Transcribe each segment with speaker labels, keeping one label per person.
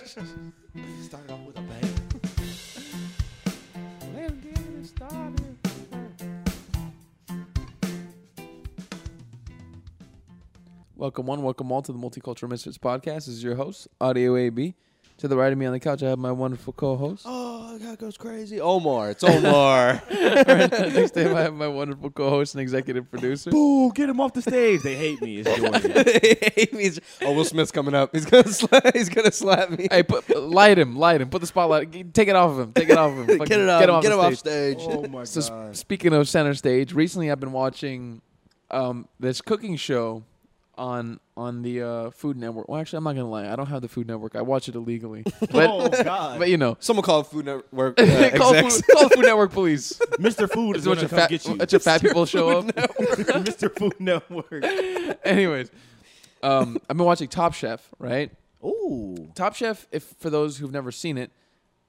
Speaker 1: Started off with a bang. Let's get it started. Welcome one, welcome all to the Multicultural Misfits podcast. This is your host, Audio AB. To the right of me on the couch, I have my wonderful co-host.
Speaker 2: Oh, that goes crazy. Omar, it's Omar.
Speaker 1: Next to him, I have my wonderful co-host and executive producer.
Speaker 3: Boo, get him off the stage. They hate me. Is doing it.
Speaker 2: He's- oh, Will Smith's coming up. He's gonna sla- he's gonna slap me.
Speaker 1: Hey, put, light him, light him. Put the spotlight. g- Take it off of him. Take it off of him. Fucking
Speaker 2: get it up. Get him off,
Speaker 1: the
Speaker 2: stage.
Speaker 3: Oh my
Speaker 1: So sp-
Speaker 3: god.
Speaker 1: speaking of center stage, recently I've been watching um, this cooking show on on the uh, Food Network. Well, actually, I'm not gonna lie. I don't have the Food Network. I watch it illegally. But
Speaker 3: oh god.
Speaker 1: but you know,
Speaker 2: Someone call Food Network uh,
Speaker 1: call,
Speaker 2: execs.
Speaker 1: food, call Food Network police.
Speaker 3: Mr. Food
Speaker 1: It's
Speaker 3: is
Speaker 1: a bunch
Speaker 3: gonna
Speaker 1: of
Speaker 3: come
Speaker 1: fat,
Speaker 3: get you.
Speaker 1: bunch of fat people show up.
Speaker 3: Mr. Food Network.
Speaker 1: Anyways, um, I've been watching Top Chef. Right,
Speaker 3: Ooh.
Speaker 1: Top Chef. If for those who've never seen it,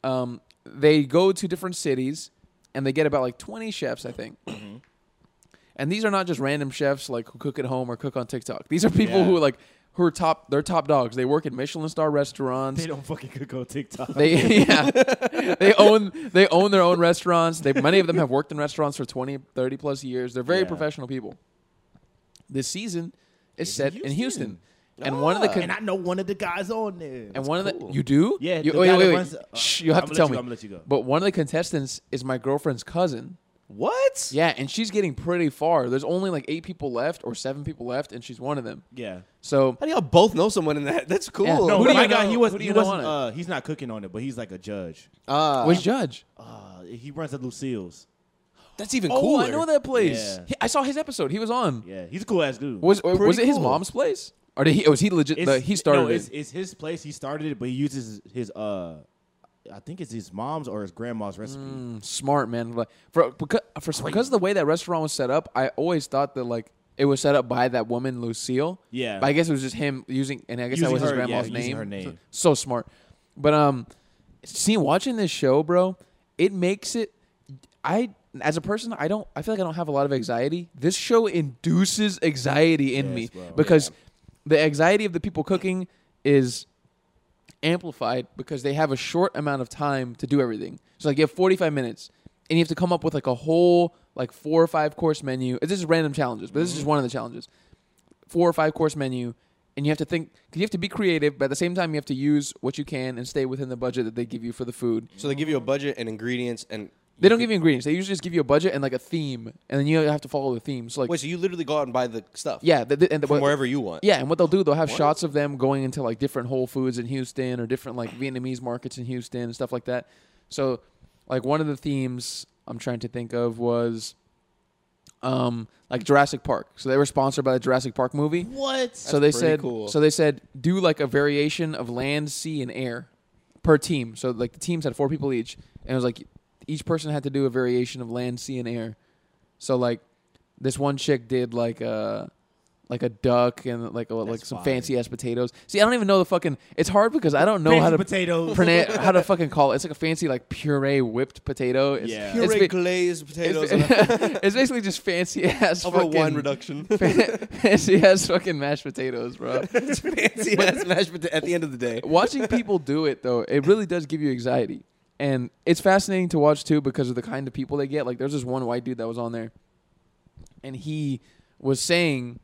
Speaker 1: um, they go to different cities and they get about like 20 chefs, I think.
Speaker 3: Mm-hmm.
Speaker 1: And these are not just random chefs like who cook at home or cook on TikTok. These are people
Speaker 3: Yeah.
Speaker 1: who like who are top. They're top dogs. They work at Michelin star restaurants.
Speaker 3: They don't fucking could go TikTok.
Speaker 1: They yeah. they own they own their own restaurants. They many of them have worked in restaurants for 20, 30 plus years. They're very
Speaker 3: Yeah.
Speaker 1: professional people. This season is
Speaker 3: It's in
Speaker 1: set in Houston.
Speaker 3: Houston.
Speaker 1: And one of the
Speaker 2: Ah.
Speaker 1: con-
Speaker 3: and I know one of the guys on there.
Speaker 1: and one of
Speaker 2: cool.
Speaker 1: the you do
Speaker 3: Yeah,
Speaker 1: You-
Speaker 3: the
Speaker 1: wait
Speaker 3: guy
Speaker 1: wait
Speaker 3: that
Speaker 1: wait.
Speaker 3: runs- uh,
Speaker 1: Shh, you have
Speaker 3: I'ma
Speaker 1: to
Speaker 3: let
Speaker 1: tell
Speaker 3: you
Speaker 1: me.
Speaker 3: go, I'ma let you go.
Speaker 1: But one of the contestants is my girlfriend's cousin.
Speaker 2: What?
Speaker 1: Yeah, and she's getting pretty far. There's only like eight people left or seven people left, and she's one of them.
Speaker 3: yeah.
Speaker 1: So
Speaker 2: How do y'all both know someone in that? That's cool.
Speaker 1: Yeah. No,
Speaker 3: No,
Speaker 1: Who do
Speaker 3: my
Speaker 1: you
Speaker 3: guy,
Speaker 1: know-
Speaker 3: he was
Speaker 1: who do
Speaker 3: he
Speaker 1: you know
Speaker 3: wasn't
Speaker 1: on
Speaker 3: uh he's not cooking on it, but he's like a judge.
Speaker 2: Ah,
Speaker 1: which judge?
Speaker 3: Uh he runs at Lucille's.
Speaker 2: that's even
Speaker 1: Oh,
Speaker 2: cooler.
Speaker 1: I know that place.
Speaker 3: Yeah.
Speaker 1: He- I saw his episode. He was on.
Speaker 3: Yeah, he's a cool ass dude.
Speaker 1: Was or was it
Speaker 2: Pretty
Speaker 1: his
Speaker 2: cool.
Speaker 1: mom's place? Or did he? Was he legit?
Speaker 3: It's-
Speaker 1: The, he started
Speaker 3: No,
Speaker 1: it.
Speaker 3: it's, it's his place. He started it, but he uses his uh I think it's his mom's or his grandma's recipe.
Speaker 1: Mm, smart man. Like for because for because of the way that restaurant was set up, I always thought that like it was set up by that woman Lucille.
Speaker 3: Yeah.
Speaker 1: but I guess it was just him using, and I guess that
Speaker 3: Using
Speaker 1: was his
Speaker 3: her- yeah,
Speaker 1: grandma's
Speaker 3: using
Speaker 1: name.
Speaker 3: her name.
Speaker 1: So, so smart. But um, see, watching this show, bro, it makes it. I as a person, I don't. I feel like I don't have a lot of anxiety. This show induces anxiety in
Speaker 3: Yes,
Speaker 1: me
Speaker 3: bro.
Speaker 1: because the anxiety of the people cooking is amplified because they have a short amount of time to do everything. So like you have 45 minutes and you have to come up with like a whole like four or five course menu. This is random challenges, but this
Speaker 3: Mm-hmm.
Speaker 1: is just one of the challenges. Four or five course menu and you have to think cuz you have to be creative, but at the same time you have to use what you can and stay within the budget that they give you for the food.
Speaker 2: So they give you a budget and ingredients, and
Speaker 1: They don't give you ingredients. They usually just give you a budget and like a theme and then you have to follow the theme. So like
Speaker 2: Wait, so you literally go out and buy the stuff.
Speaker 1: yeah, the, the, and the,
Speaker 2: From
Speaker 1: what-
Speaker 2: wherever you want.
Speaker 1: Yeah, and what they'll do, they'll have shots of them going into like different Whole Foods in Houston or different like Vietnamese markets in Houston and stuff like that. So, like one of the themes I'm trying to think of was, um, like Jurassic Park. So they were sponsored by the Jurassic Park movie.
Speaker 3: What?
Speaker 1: so they
Speaker 2: pretty
Speaker 1: said,
Speaker 2: cool.
Speaker 1: so they said, do like a variation of land, sea, and air per team. So like the teams had four people each, and it was like each person had to do a variation of land, sea, and air. So like this one chick did like a like a duck and like a, like some
Speaker 3: fire.
Speaker 1: fancy ass potatoes. See, I don't even know the fucking. It's hard because I don't know
Speaker 3: Fancy
Speaker 1: how to
Speaker 3: potatoes.
Speaker 1: pronounce how to fucking call it. It's like a fancy like puree whipped potato. It's,
Speaker 3: Yeah.
Speaker 1: it's
Speaker 2: Puree
Speaker 1: ba-
Speaker 2: glazed potatoes
Speaker 1: it's,
Speaker 2: and a-
Speaker 1: it's basically just fancy ass
Speaker 2: over a wine
Speaker 1: fucking
Speaker 2: reduction.
Speaker 1: fancy ass fucking mashed potatoes, bro.
Speaker 2: it's fancy ass mashed potato at the end of the day.
Speaker 1: Watching people do it though, it really does give you anxiety. And it's fascinating to watch too because of the kind of people they get. Like there's this one white dude that was on there and he was saying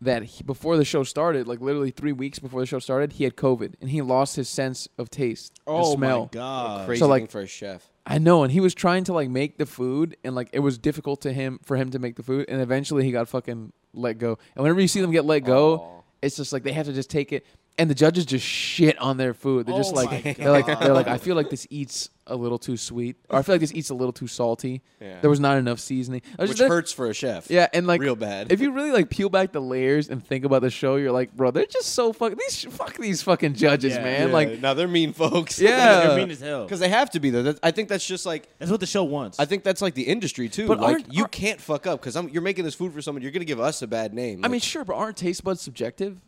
Speaker 1: that he, before the show started, like literally 3 weeks before the show started, he had covid and he lost his sense of taste and
Speaker 3: Oh
Speaker 1: smell.
Speaker 3: my god.
Speaker 2: Crazy
Speaker 1: So, like-
Speaker 2: thing for a chef.
Speaker 1: I know, and he was trying to like make the food, and like it was difficult to him for him to make the food, and eventually he got fucking let go. And whenever you see them get let go,
Speaker 2: Aw.
Speaker 1: it's just like they have to just take it, and the judges just shit on their food. They're just
Speaker 3: Oh
Speaker 1: like
Speaker 3: my
Speaker 1: they're like they're like I feel like this eats a little too sweet, or I feel like this eats a little too salty.
Speaker 2: Yeah.
Speaker 1: There was not enough seasoning. I was
Speaker 2: Which
Speaker 1: just-
Speaker 2: hurts for a chef.
Speaker 1: Yeah, and like
Speaker 2: real bad.
Speaker 1: If you really like peel back the layers and think about the show, you're like, bro, they're just so fuck these fuck these fucking judges,
Speaker 3: Yeah.
Speaker 1: man.
Speaker 2: Yeah,
Speaker 1: Like,
Speaker 2: now they're mean folks.
Speaker 1: Yeah.
Speaker 3: They're mean as hell.
Speaker 2: because they have to be though. That- I think that's just like
Speaker 3: That's what the show wants.
Speaker 2: I think that's like the industry too.
Speaker 1: But
Speaker 2: like
Speaker 1: aren't-
Speaker 2: you
Speaker 1: aren't-
Speaker 2: can't fuck up because you're making this food for someone. You're gonna give us a bad name.
Speaker 1: I
Speaker 2: Like,
Speaker 1: mean, sure, but aren't taste buds subjective?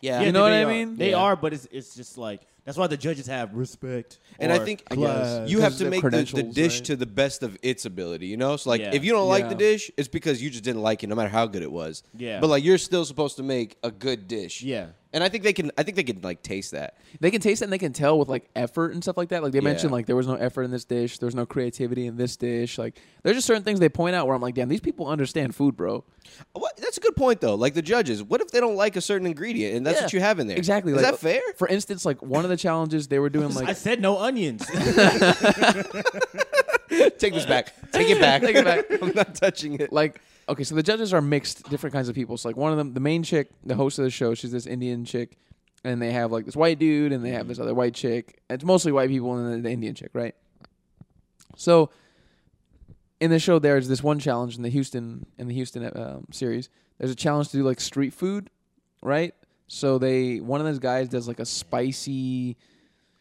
Speaker 2: yeah,
Speaker 3: Yeah,
Speaker 1: you know what
Speaker 3: they
Speaker 1: I
Speaker 3: are.
Speaker 1: mean?
Speaker 3: They
Speaker 2: Yeah.
Speaker 3: are, but it's it's just like that's why the judges have respect.
Speaker 2: And
Speaker 3: or
Speaker 2: I think
Speaker 3: class.
Speaker 2: you have
Speaker 1: Because
Speaker 2: to
Speaker 1: of
Speaker 2: make the, the
Speaker 1: credentials,
Speaker 2: dish
Speaker 1: right?
Speaker 2: to the best of its ability. You know, so like
Speaker 3: Yeah.
Speaker 2: if you don't like
Speaker 1: Yeah.
Speaker 2: the dish, it's because you just didn't like it, no matter how good it was.
Speaker 3: Yeah.
Speaker 2: But like you're still supposed to make a good dish.
Speaker 3: Yeah.
Speaker 2: And I think they can. I think they can like taste that.
Speaker 1: They can taste it and they can tell with like effort and stuff like that. Like they mentioned,
Speaker 2: Yeah.
Speaker 1: like there was no effort in this dish, there was no creativity in this dish. Like there's just certain things they point out where I'm like, damn, these people understand food, bro.
Speaker 2: What? That's a good point though. Like the judges, what if they don't like a certain ingredient and that's
Speaker 1: Yeah.
Speaker 2: what you have in there?
Speaker 1: Exactly.
Speaker 2: Is
Speaker 1: like,
Speaker 2: that fair?
Speaker 1: For instance, like one of the challenges they were doing,
Speaker 3: I
Speaker 1: like
Speaker 3: said no onions.
Speaker 2: Take this back. Take it back.
Speaker 1: Take it back.
Speaker 2: I'm not touching it.
Speaker 1: like okay, so the judges are mixed, different kinds of people. So like one of them, the main chick, the host of the show, she's this Indian chick, and they have like this white dude, and they have this other white chick. It's mostly white people and then the Indian chick, right? So in the show, there's this one challenge in the Houston in the Houston um, series. There's a challenge to do like street food, right? So they one of those guys does like a spicy,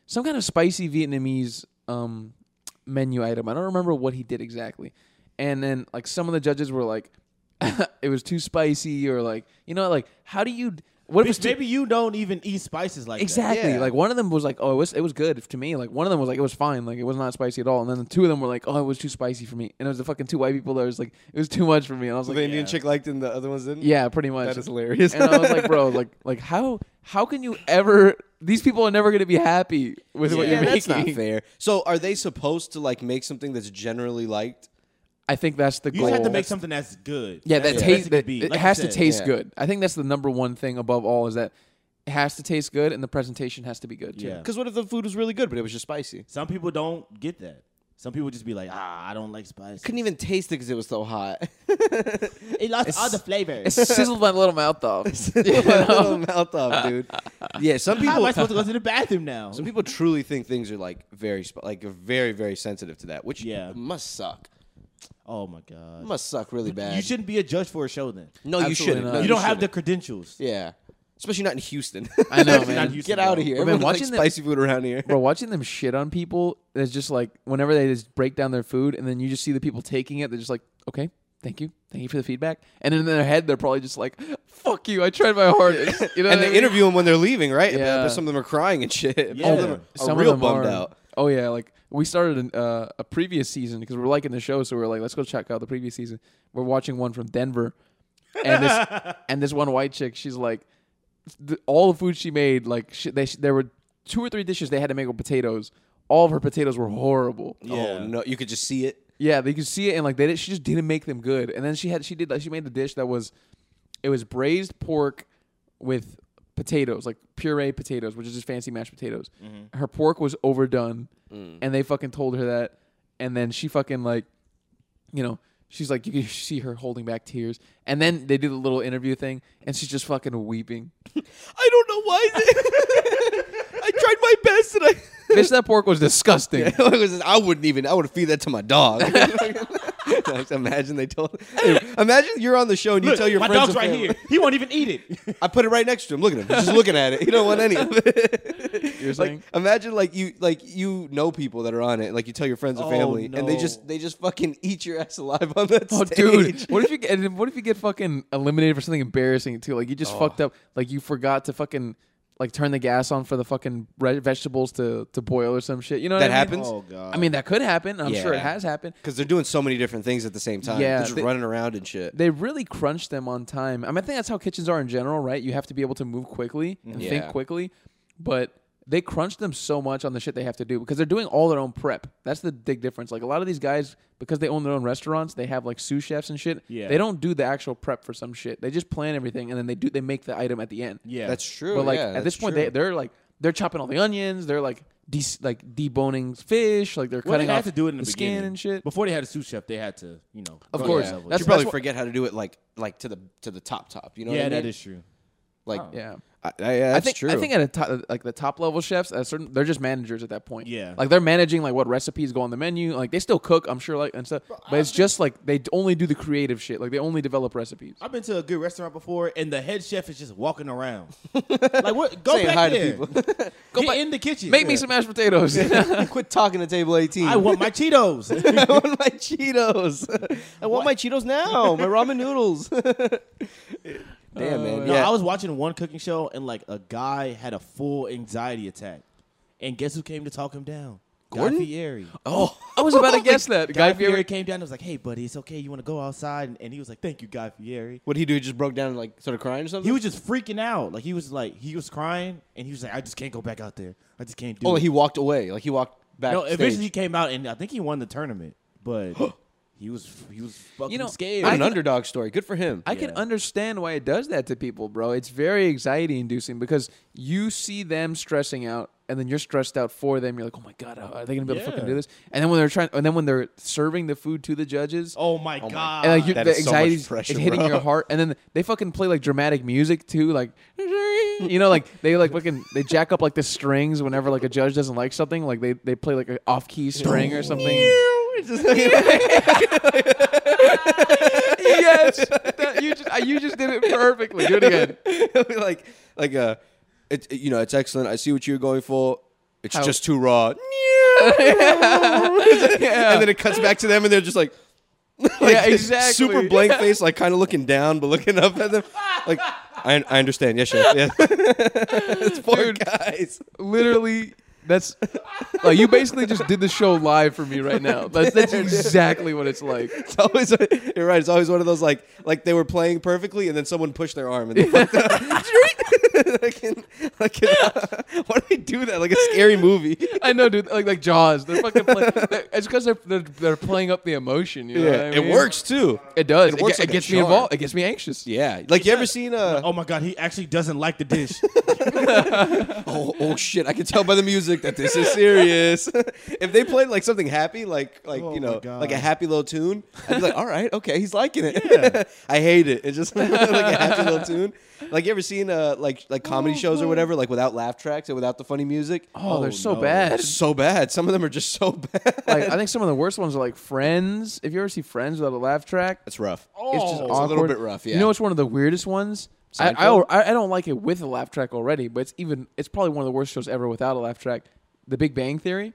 Speaker 1: some kind of spicy Vietnamese um, menu item. I don't remember what he did exactly. And then like some of the judges were like, it was too spicy, or like you know like how do you what if it's
Speaker 3: Bitch,
Speaker 1: too
Speaker 3: Maybe you don't even eat spices like
Speaker 1: Exactly.
Speaker 2: Yeah.
Speaker 1: Like one of them was like, "Oh, it was it was good to me." Like one of them was like, "It was fine." Like it was not spicy at all. And then the two of them were like, "Oh, it was too spicy for me." And it was the fucking two white people that was like, "It was too much for me." And I was
Speaker 2: So
Speaker 1: like,
Speaker 2: the Indian
Speaker 3: yeah.
Speaker 2: chick liked and the other ones didn't.
Speaker 1: "Yeah, pretty much."
Speaker 2: That is hilarious.
Speaker 1: and I was like, "Bro, like like how how can you ever? These people are never gonna be happy with what
Speaker 2: Yeah,
Speaker 1: you're
Speaker 2: that's
Speaker 1: making."
Speaker 2: not fair. So are they supposed to like make something that's generally liked?
Speaker 1: I think that's the
Speaker 3: that. You
Speaker 1: goal.
Speaker 3: just have to make something that's good.
Speaker 1: yeah, that
Speaker 3: That's the best
Speaker 1: taste.
Speaker 3: could
Speaker 1: That,
Speaker 3: be.
Speaker 1: it
Speaker 3: Like you
Speaker 1: has to
Speaker 3: said.
Speaker 1: taste
Speaker 2: Yeah.
Speaker 1: good. I think that's the number one thing above all is that it has to taste good and the presentation has to be good. Too.
Speaker 3: Yeah.
Speaker 2: Because what if the food was really good but it was just spicy?
Speaker 3: Some people don't get that. Some people just be like, ah, I don't like spice.
Speaker 2: Couldn't even taste it because it was so hot.
Speaker 3: It lost all the flavor.
Speaker 1: It sizzled my little mouth off.
Speaker 2: My little mouth off, dude. Yeah, some
Speaker 3: How am I
Speaker 2: people.
Speaker 3: supposed to go to the bathroom now?
Speaker 2: Some people truly think things are like very, sp- like very, very sensitive to that, which
Speaker 3: Yeah.
Speaker 2: must suck.
Speaker 3: Oh my god.
Speaker 2: Must suck really bad.
Speaker 3: You shouldn't be a judge for a show then.
Speaker 2: No,
Speaker 1: Absolutely
Speaker 2: you shouldn't.
Speaker 1: not.
Speaker 2: No,
Speaker 1: You
Speaker 3: You don't have the credentials.
Speaker 2: shouldn't. Yeah, especially not in Houston.
Speaker 1: I know, man.
Speaker 3: Not
Speaker 2: Get
Speaker 3: Houston,
Speaker 2: out
Speaker 3: bro.
Speaker 2: of here.
Speaker 1: We've been
Speaker 2: Everyone likes
Speaker 1: watching the-
Speaker 2: spicy food around here.
Speaker 1: Bro, watching them shit on people is just like whenever they just break down their food and then you just see the people taking it, they're just like, okay, thank you. Thank you for the feedback. And in their head, they're probably just like, fuck you. I tried my hardest. You know
Speaker 2: and
Speaker 1: what
Speaker 2: they
Speaker 1: I mean?
Speaker 2: interview them when they're leaving, right? And, uh,
Speaker 1: Yeah.
Speaker 2: some of them are crying and shit. Some
Speaker 3: Yeah.
Speaker 2: of them are
Speaker 1: Some
Speaker 2: real
Speaker 1: of them
Speaker 2: bummed
Speaker 1: are.
Speaker 2: out.
Speaker 1: Oh, yeah. Like we started an, uh, a previous season because we're liking the show. So we're like, let's go check out the previous season. We're watching one from Denver. And this, and this one white chick, she's like, the, all the food she made, like she, they, there were two or three dishes they had to make with potatoes. All of her potatoes were horrible.
Speaker 2: Oh no, you could just see it.
Speaker 1: Yeah, they could see it, and like they did, she just didn't make them good. And then she had she did like she made a dish that was, it was braised pork with potatoes, like puree potatoes, which is just fancy mashed potatoes. Her pork was overdone, and they fucking told her that, and then she fucking like, you know. She's like, you can see her holding back tears. And then they do the little interview thing, and she's just fucking weeping.
Speaker 2: I don't know why. I tried my best, and I.
Speaker 1: Bitch, that pork was disgusting.
Speaker 2: It was just- I wouldn't even. I would feed that to my dog. Just imagine they told. Imagine you're on the show and you
Speaker 3: Look,
Speaker 2: tell your
Speaker 3: my
Speaker 2: friends.
Speaker 3: dog's
Speaker 2: and
Speaker 3: right
Speaker 2: family-
Speaker 3: here. He won't even eat it.
Speaker 2: I put it right next to him. Look at him. He's just looking at it. He don't want any of it.
Speaker 1: You're
Speaker 2: like
Speaker 1: saying?
Speaker 2: imagine like you like you know people that are on it. Like you tell your friends and
Speaker 3: Oh,
Speaker 2: family, and they
Speaker 3: no.
Speaker 2: just they just fucking eat your ass alive on that
Speaker 1: Oh,
Speaker 2: stage.
Speaker 1: dude! What if you get? and What if you get fucking eliminated for something embarrassing too? Like you just fucked
Speaker 2: Oh.
Speaker 1: up. Like you forgot to fucking like turn the gas on for the fucking re- vegetables to to boil or some shit. You know what
Speaker 2: That
Speaker 1: I mean?
Speaker 2: happens? Oh,
Speaker 3: God.
Speaker 1: I mean that could happen. I'm sure it
Speaker 2: Yeah.
Speaker 1: has happened.
Speaker 2: Because they're doing so many different things at the same time.
Speaker 1: Yeah,
Speaker 2: they're just
Speaker 1: they-
Speaker 2: running around and shit.
Speaker 1: They really crunch them on time. I mean, I think that's how kitchens are in general, right? You have to be able to move quickly
Speaker 3: Mm-hmm.
Speaker 1: and think
Speaker 2: Yeah.
Speaker 1: quickly, but they crunch them so much on the shit they have to do because they're doing all their own prep. That's the big difference. Like a lot of these guys, because they own their own restaurants, they have like sous chefs and shit.
Speaker 3: Yeah.
Speaker 1: They don't do the actual prep for some shit. They just plan everything and then they do they make the item at the end.
Speaker 3: yeah.
Speaker 2: That's true.
Speaker 1: But like
Speaker 2: yeah,
Speaker 1: at
Speaker 2: that's
Speaker 1: this point,
Speaker 2: true.
Speaker 1: they they're like they're chopping all the onions. They're like de- like deboning fish. Like they're
Speaker 3: Well,
Speaker 1: cutting
Speaker 3: they
Speaker 1: off
Speaker 3: had to do it in the,
Speaker 1: skin
Speaker 3: beginning.
Speaker 1: and shit.
Speaker 3: Before they had a sous chef, they had to, you know,
Speaker 1: Of
Speaker 3: go
Speaker 1: course.
Speaker 3: to that
Speaker 2: Yeah.
Speaker 3: level.
Speaker 1: That's-
Speaker 2: you probably
Speaker 1: that's what-
Speaker 2: forget how to do it like like to the to the top top. You know?
Speaker 3: yeah,
Speaker 2: what I mean?
Speaker 3: that is true.
Speaker 2: like
Speaker 1: yeah.
Speaker 2: I, I, yeah, that's
Speaker 1: I think
Speaker 2: true.
Speaker 1: I think at a top, like the top level chefs, at a certain they're just managers at that point.
Speaker 3: Yeah.
Speaker 1: like they're managing like what recipes go on the menu. Like they still cook, I'm sure, like and stuff. But it's just like they d- only do the creative shit. Like they only develop recipes.
Speaker 3: I've been to a good restaurant before, and the head chef is just walking around. like, what? Go
Speaker 2: Saying
Speaker 3: back
Speaker 2: hi to
Speaker 3: there. Get
Speaker 1: back-
Speaker 3: in the kitchen.
Speaker 1: Make me some mashed potatoes.
Speaker 2: quit talking to table eighteen.
Speaker 3: I want my Cheetos.
Speaker 2: I want my Cheetos. I want my Cheetos now. My ramen noodles. Damn man.
Speaker 3: No,
Speaker 2: yeah.
Speaker 3: I was watching one cooking show, and like a guy had a full anxiety attack, and guess who came to talk him down?
Speaker 2: Gordon?
Speaker 3: Guy Fieri.
Speaker 1: Oh, I was about to guess that.
Speaker 3: Guy, Fieri, came down and was like, "Hey, buddy, it's okay. You want to go outside?" And, and he was like, "Thank you, Guy Fieri."
Speaker 2: What did he do? He just broke down and like started crying or something.
Speaker 3: He was just freaking out. Like he was like he was crying, and he was like, "I just can't go back out there. I just can't do
Speaker 2: oh,
Speaker 3: it."
Speaker 2: he walked away. Like he walked back.
Speaker 3: no, eventually he came out, and I think he won the tournament, but he was he was fucking
Speaker 1: know,
Speaker 3: scared.
Speaker 2: What
Speaker 1: I
Speaker 2: an
Speaker 1: can-
Speaker 2: underdog story. Good for him.
Speaker 1: I can
Speaker 3: Yeah.
Speaker 1: understand why it does that to people, bro. It's very anxiety inducing because you see them stressing out and then you're stressed out for them. You're like, "Oh my god, are they going to be able to fucking
Speaker 3: Yeah.
Speaker 1: do this?" And then when they're trying and then when they're serving the food to the judges,
Speaker 3: oh my
Speaker 2: my-
Speaker 3: god!
Speaker 1: and like you,
Speaker 2: that
Speaker 1: the
Speaker 2: is so much
Speaker 1: anxiety
Speaker 2: pressure,
Speaker 1: is hitting
Speaker 2: bro.
Speaker 1: your heart and then they fucking play like dramatic music too, like you know like they like fucking they jack up like the strings whenever like a judge doesn't like something, like they they play like an off-key string or something. yes. That- you just you just did it perfectly. Do it again.
Speaker 2: like like uh, it, it- you know it's excellent. I see what you're going for. It's
Speaker 1: How-
Speaker 2: just too raw.
Speaker 1: Yeah.
Speaker 2: And then it cuts back to them, and they're just like,
Speaker 1: yeah,
Speaker 2: this
Speaker 1: exactly.
Speaker 2: Super blank face, like kind of looking down but looking up at them. Like I, I understand. Yes, chef. Yes. it's poor guys.
Speaker 1: Literally, that's like you basically just did the show live for me right now. That's that's exactly what it's like.
Speaker 2: It's always you're right. It's always one of those like like they were playing perfectly, and then someone pushed their arm and they fucked up. like in, like in, why do they do that? Like a scary movie.
Speaker 1: I know, dude. Like like Jaws, they're fucking. Play, it's because they're, they're they're playing up the emotion. You know what I
Speaker 2: it
Speaker 1: mean?
Speaker 2: works too.
Speaker 1: It does.
Speaker 2: It
Speaker 1: It,
Speaker 2: works
Speaker 1: ge-
Speaker 2: like
Speaker 1: it
Speaker 2: a
Speaker 1: gets me
Speaker 2: charm.
Speaker 1: involved. It gets me anxious.
Speaker 2: Yeah, like you ever seen uh
Speaker 3: oh my god, he actually doesn't like the dish.
Speaker 2: oh, oh shit! I can tell by the music that this is serious. if they played like something happy, like like
Speaker 3: Oh
Speaker 2: you
Speaker 3: my
Speaker 2: know,
Speaker 3: God.
Speaker 2: like a happy little tune, I'd be like, all right, okay, he's liking it.
Speaker 3: Yeah.
Speaker 2: I hate it. It's just like a happy little tune. Like you ever seen uh like like comedy shows or whatever, like without laugh tracks and without the funny music?
Speaker 1: Oh,
Speaker 3: Oh,
Speaker 1: they're so
Speaker 3: no.
Speaker 1: bad.
Speaker 2: It's so bad. Some of them are just so bad.
Speaker 1: Like I think some of the worst ones are like Friends. If you ever see Friends without a laugh track,
Speaker 2: That's rough.
Speaker 1: It's just
Speaker 3: Oh.
Speaker 1: awkward.
Speaker 2: It's a little bit rough, yeah.
Speaker 1: You know, it's one of the weirdest ones. I, I
Speaker 2: Seinfeld?
Speaker 1: I I don't like it with a laugh track already, but it's even it's probably one of the worst shows ever without a laugh track. The Big Bang Theory.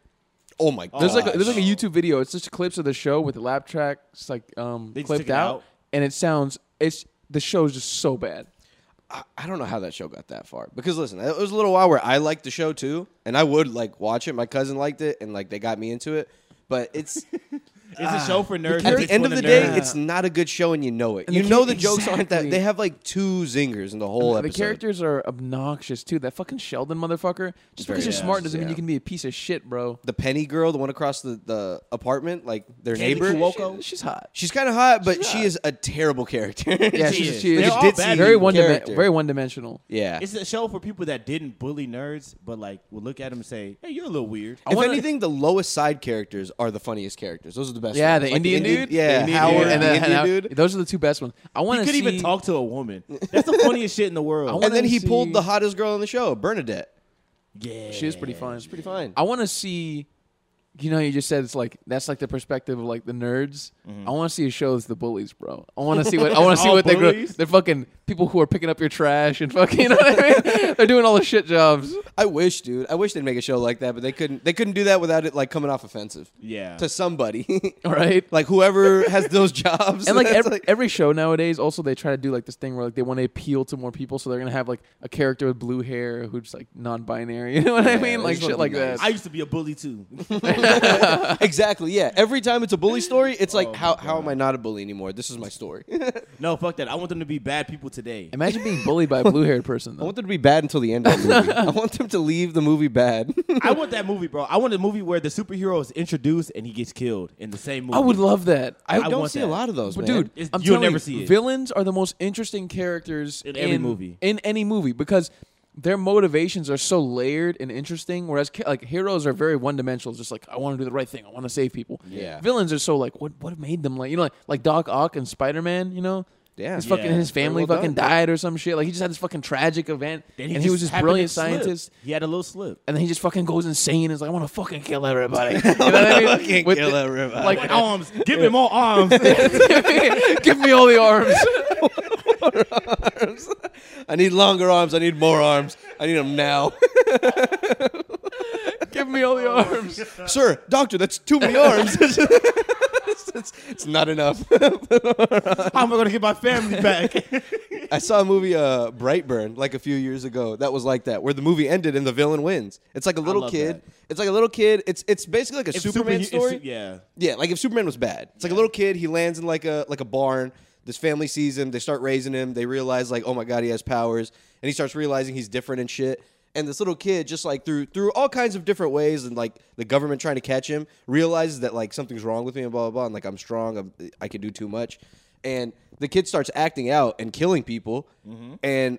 Speaker 2: Oh my god.
Speaker 1: There's like a,
Speaker 3: Gosh.
Speaker 1: there's like a YouTube video. It's just clips of the show with the laugh tracks like um
Speaker 3: They just
Speaker 1: clipped
Speaker 3: took it
Speaker 1: out,
Speaker 3: out?
Speaker 1: and it sounds it's the show's just so bad.
Speaker 2: I, I don't know how that show got that far because listen, it was a little while where I liked the show too, and I would like watch it. My cousin liked it, and like they got me into it. But it's
Speaker 3: it's a show for nerds.
Speaker 2: at
Speaker 3: but
Speaker 2: the
Speaker 3: it's
Speaker 2: end
Speaker 3: for
Speaker 2: of the
Speaker 3: nerds.
Speaker 2: day, it's not a good show, and you know it.
Speaker 1: And
Speaker 2: you
Speaker 1: the
Speaker 2: know
Speaker 1: char-
Speaker 2: the jokes aren't that.
Speaker 1: Exactly.
Speaker 2: They have like two zingers in the whole
Speaker 1: The
Speaker 2: episode.
Speaker 1: characters are obnoxious too. That fucking Sheldon motherfucker.
Speaker 2: Very
Speaker 1: Just because you're
Speaker 2: obnoxious,
Speaker 1: smart doesn't mean
Speaker 2: yeah.
Speaker 1: you can be a piece of shit, bro.
Speaker 2: the Penny girl, the one across the, the apartment, like their
Speaker 3: Katie
Speaker 2: neighbor.
Speaker 3: Kuoko.
Speaker 1: She- she's hot.
Speaker 2: She's kind of hot, but she
Speaker 1: hot.
Speaker 2: is a terrible character.
Speaker 1: Yeah,
Speaker 3: She
Speaker 1: she's,
Speaker 3: is.
Speaker 1: she is.
Speaker 3: They're all
Speaker 2: ditzy
Speaker 3: bad
Speaker 1: very one
Speaker 2: character.
Speaker 1: very one dimensional.
Speaker 2: yeah.
Speaker 3: It's a show for people that didn't bully nerds, but like will look at them and say, "Hey, you're a little weird."
Speaker 2: if
Speaker 1: wanna-
Speaker 2: anything, the lowest side characters are the funniest characters. Those are the best.
Speaker 1: Yeah,
Speaker 2: ones.
Speaker 1: the
Speaker 2: Like,
Speaker 1: Indian dude.
Speaker 2: Yeah,
Speaker 1: the Indian
Speaker 2: Howard
Speaker 1: dude.
Speaker 2: and the Indian
Speaker 1: Howard.
Speaker 2: dude.
Speaker 1: Those are the two best ones. I
Speaker 3: He
Speaker 1: want to
Speaker 3: could
Speaker 1: see.
Speaker 3: even talk to a woman. That's the funniest shit in the world.
Speaker 1: I wanna
Speaker 2: And then he
Speaker 1: see-
Speaker 2: pulled the hottest girl on the show, Bernadette.
Speaker 3: yeah,
Speaker 1: She is pretty fun.
Speaker 2: It's pretty fine.
Speaker 1: I want to see. You know, you just said it's like that's like the perspective of like the nerds. I want to see a show that's the bullies, bro. I want to see what I want to see
Speaker 3: All
Speaker 1: what they grow.
Speaker 3: bullies?
Speaker 1: They're fucking people who are picking up your trash and fucking. You know what I mean? They're doing all the shit jobs.
Speaker 2: I wish, dude. I wish they'd make a show like that, but they couldn't. They couldn't do that without it like coming off offensive
Speaker 3: Yeah.
Speaker 2: to somebody.
Speaker 1: All right.
Speaker 2: like whoever has those jobs.
Speaker 1: and like
Speaker 2: that's
Speaker 1: every, every show nowadays also they try to do like this thing where like they want to appeal to more people so they're gonna have like a character with blue hair who's like non-binary you know what i
Speaker 2: Yeah,
Speaker 1: mean
Speaker 2: they
Speaker 1: like
Speaker 2: just wanna
Speaker 1: shit
Speaker 2: be
Speaker 1: like
Speaker 2: nice.
Speaker 1: that
Speaker 3: I used to be a bully too.
Speaker 2: exactly. Yeah. Every time it's a bully story, it's like
Speaker 3: Oh my
Speaker 2: how how am I not a bully anymore? This is my story. I
Speaker 3: no, fuck that. I want them to be bad people today.
Speaker 1: imagine being bullied by a blue-haired person though
Speaker 2: want them to be bad until the end of the movie. I want them to leave the movie bad.
Speaker 3: I want that movie, bro. I want a movie where the superhero is introduced and he gets killed in the same movie.
Speaker 1: i would love that i,
Speaker 3: I
Speaker 1: don't
Speaker 3: want
Speaker 2: see a
Speaker 3: that.
Speaker 2: lot of those,
Speaker 1: But
Speaker 2: man.
Speaker 1: dude,
Speaker 3: It's-
Speaker 1: I'm
Speaker 3: you'll
Speaker 1: telling you,
Speaker 3: never see it.
Speaker 1: Villains are the most interesting characters
Speaker 3: In every movie.
Speaker 1: In any movie, because their motivations are so layered and interesting. Whereas ca- like heroes are very one dimensional, just like I want to do the right thing, I want to save people.
Speaker 2: Yeah.
Speaker 1: Villains are so like what what made them like you know like, like Doc Ock and Spider Man. You know.
Speaker 2: Yeah.
Speaker 1: his fucking
Speaker 3: Yeah.
Speaker 1: his
Speaker 2: Very
Speaker 1: family
Speaker 2: well
Speaker 1: fucking
Speaker 2: done.
Speaker 1: died or some shit. Like he just had this fucking tragic event,
Speaker 3: Then
Speaker 1: and he was
Speaker 3: just
Speaker 1: this
Speaker 3: happened to
Speaker 1: brilliant
Speaker 3: slip.
Speaker 1: scientist.
Speaker 3: He had a little slip.
Speaker 1: And then he just fucking goes insane. Is like, I want to fucking kill everybody. You know what I mean?
Speaker 2: Fucking
Speaker 1: With
Speaker 2: kill
Speaker 1: the-
Speaker 2: everybody.
Speaker 1: Like,
Speaker 3: Like arms, give me more arms.
Speaker 1: give me all the arms.
Speaker 2: I need longer arms. I need more arms. I need them now,
Speaker 1: give me all the arms.
Speaker 2: sir. Doctor, that's too many arms. it's, it's- it's not enough.
Speaker 3: How am I gonna get my family back?
Speaker 2: I saw a movie, uh, Brightburn, like a few years ago that was like that, where the movie ended and the villain wins. It's like a little
Speaker 3: love
Speaker 2: kid.
Speaker 3: that.
Speaker 2: It's like a little kid. It's it's basically like a
Speaker 3: If
Speaker 2: Superman
Speaker 3: superhu- if
Speaker 2: story.
Speaker 3: su- yeah.
Speaker 2: Yeah, like if Superman was bad, it's like a little kid. He lands in like a like a barn. This family sees him. They start raising him. They realize like, oh my god, he has powers, and he starts realizing he's different and shit. And this little kid, just like through through all kinds of different ways, and like the government trying to catch him, realizes that like something's wrong with me and blah blah blah. And like I'm strong. I'm, I can do too much. And the kid starts acting out and killing people. And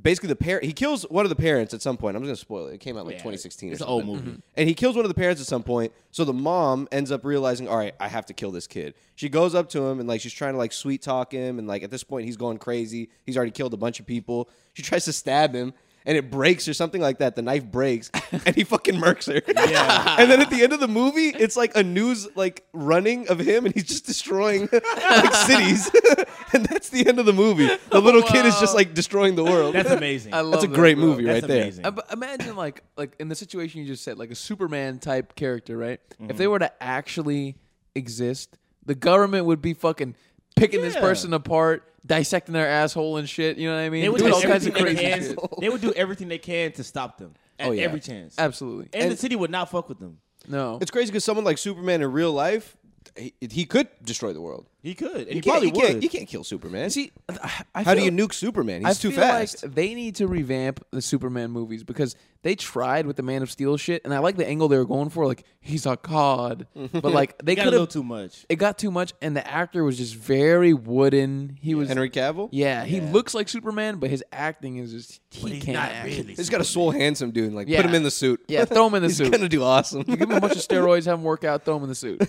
Speaker 2: basically, the parent he kills one of the parents at some point. I'm just gonna spoil it. It came out like
Speaker 3: Yeah,
Speaker 2: 2016. or
Speaker 3: it's an old
Speaker 2: something.
Speaker 3: movie.
Speaker 2: And he kills one of the parents at some point. So the mom ends up realizing, all right, I have to kill this kid. She goes up to him and like she's trying to like sweet talk him. And like at this point, he's going crazy. He's already killed a bunch of people. She tries to stab him. And it breaks or something like that. The knife breaks, and he fucking murks her. Yeah. and then at the end of the movie, it's like a news like running of him, and he's just destroying like cities. and that's the end of the movie. The little kid is just like destroying the world.
Speaker 3: That's amazing.
Speaker 1: I love
Speaker 2: That's a
Speaker 1: that,
Speaker 2: great
Speaker 1: bro.
Speaker 2: movie
Speaker 3: That's
Speaker 2: right there.
Speaker 3: amazing.
Speaker 1: Uh, but imagine like like in the situation you just said, like a Superman type character, right? If
Speaker 2: Mm-hmm.
Speaker 1: they were to actually exist, the government would be fucking picking this
Speaker 3: Yeah.
Speaker 1: person apart, dissecting their asshole and shit. You know what I mean?
Speaker 3: They would,
Speaker 1: Doing
Speaker 3: do
Speaker 1: all kinds of
Speaker 3: everything they,
Speaker 1: crazy
Speaker 3: can,
Speaker 1: shit.
Speaker 3: they would do everything they can to stop them at
Speaker 2: Oh, yeah.
Speaker 3: every chance.
Speaker 1: Absolutely.
Speaker 3: and, the
Speaker 2: And-
Speaker 3: city would not fuck with them.
Speaker 1: No.
Speaker 2: It's crazy because someone like Superman in real life, he, he could destroy the world.
Speaker 3: He could, and he,
Speaker 2: You can't,
Speaker 3: probably
Speaker 2: you can't-
Speaker 3: would.
Speaker 2: you can't kill Superman.
Speaker 1: See, I- I
Speaker 2: How do
Speaker 1: feel-
Speaker 2: you nuke Superman? He's
Speaker 1: I
Speaker 2: too
Speaker 1: feel
Speaker 2: fast.
Speaker 1: Like they need to revamp the Superman movies because they tried with the Man of Steel shit, and I like the angle they were going for. Like he's a god, but like they
Speaker 3: He got a
Speaker 1: could
Speaker 3: little
Speaker 1: have.
Speaker 3: too much.
Speaker 1: It got too much, and the actor was just very wooden. He was
Speaker 2: Henry Cavill.
Speaker 1: Yeah, he
Speaker 3: Yeah.
Speaker 1: looks like Superman, but his acting is just
Speaker 3: But
Speaker 1: he
Speaker 3: he's
Speaker 1: can't
Speaker 3: not
Speaker 1: act.
Speaker 3: really.
Speaker 2: he's got a soul handsome dude. Like
Speaker 1: Yeah.
Speaker 2: put him in the suit.
Speaker 1: Yeah, throw him in the
Speaker 2: he's
Speaker 1: suit.
Speaker 2: gonna do awesome.
Speaker 1: Give him a bunch of steroids, have him work out, throw him in the suit.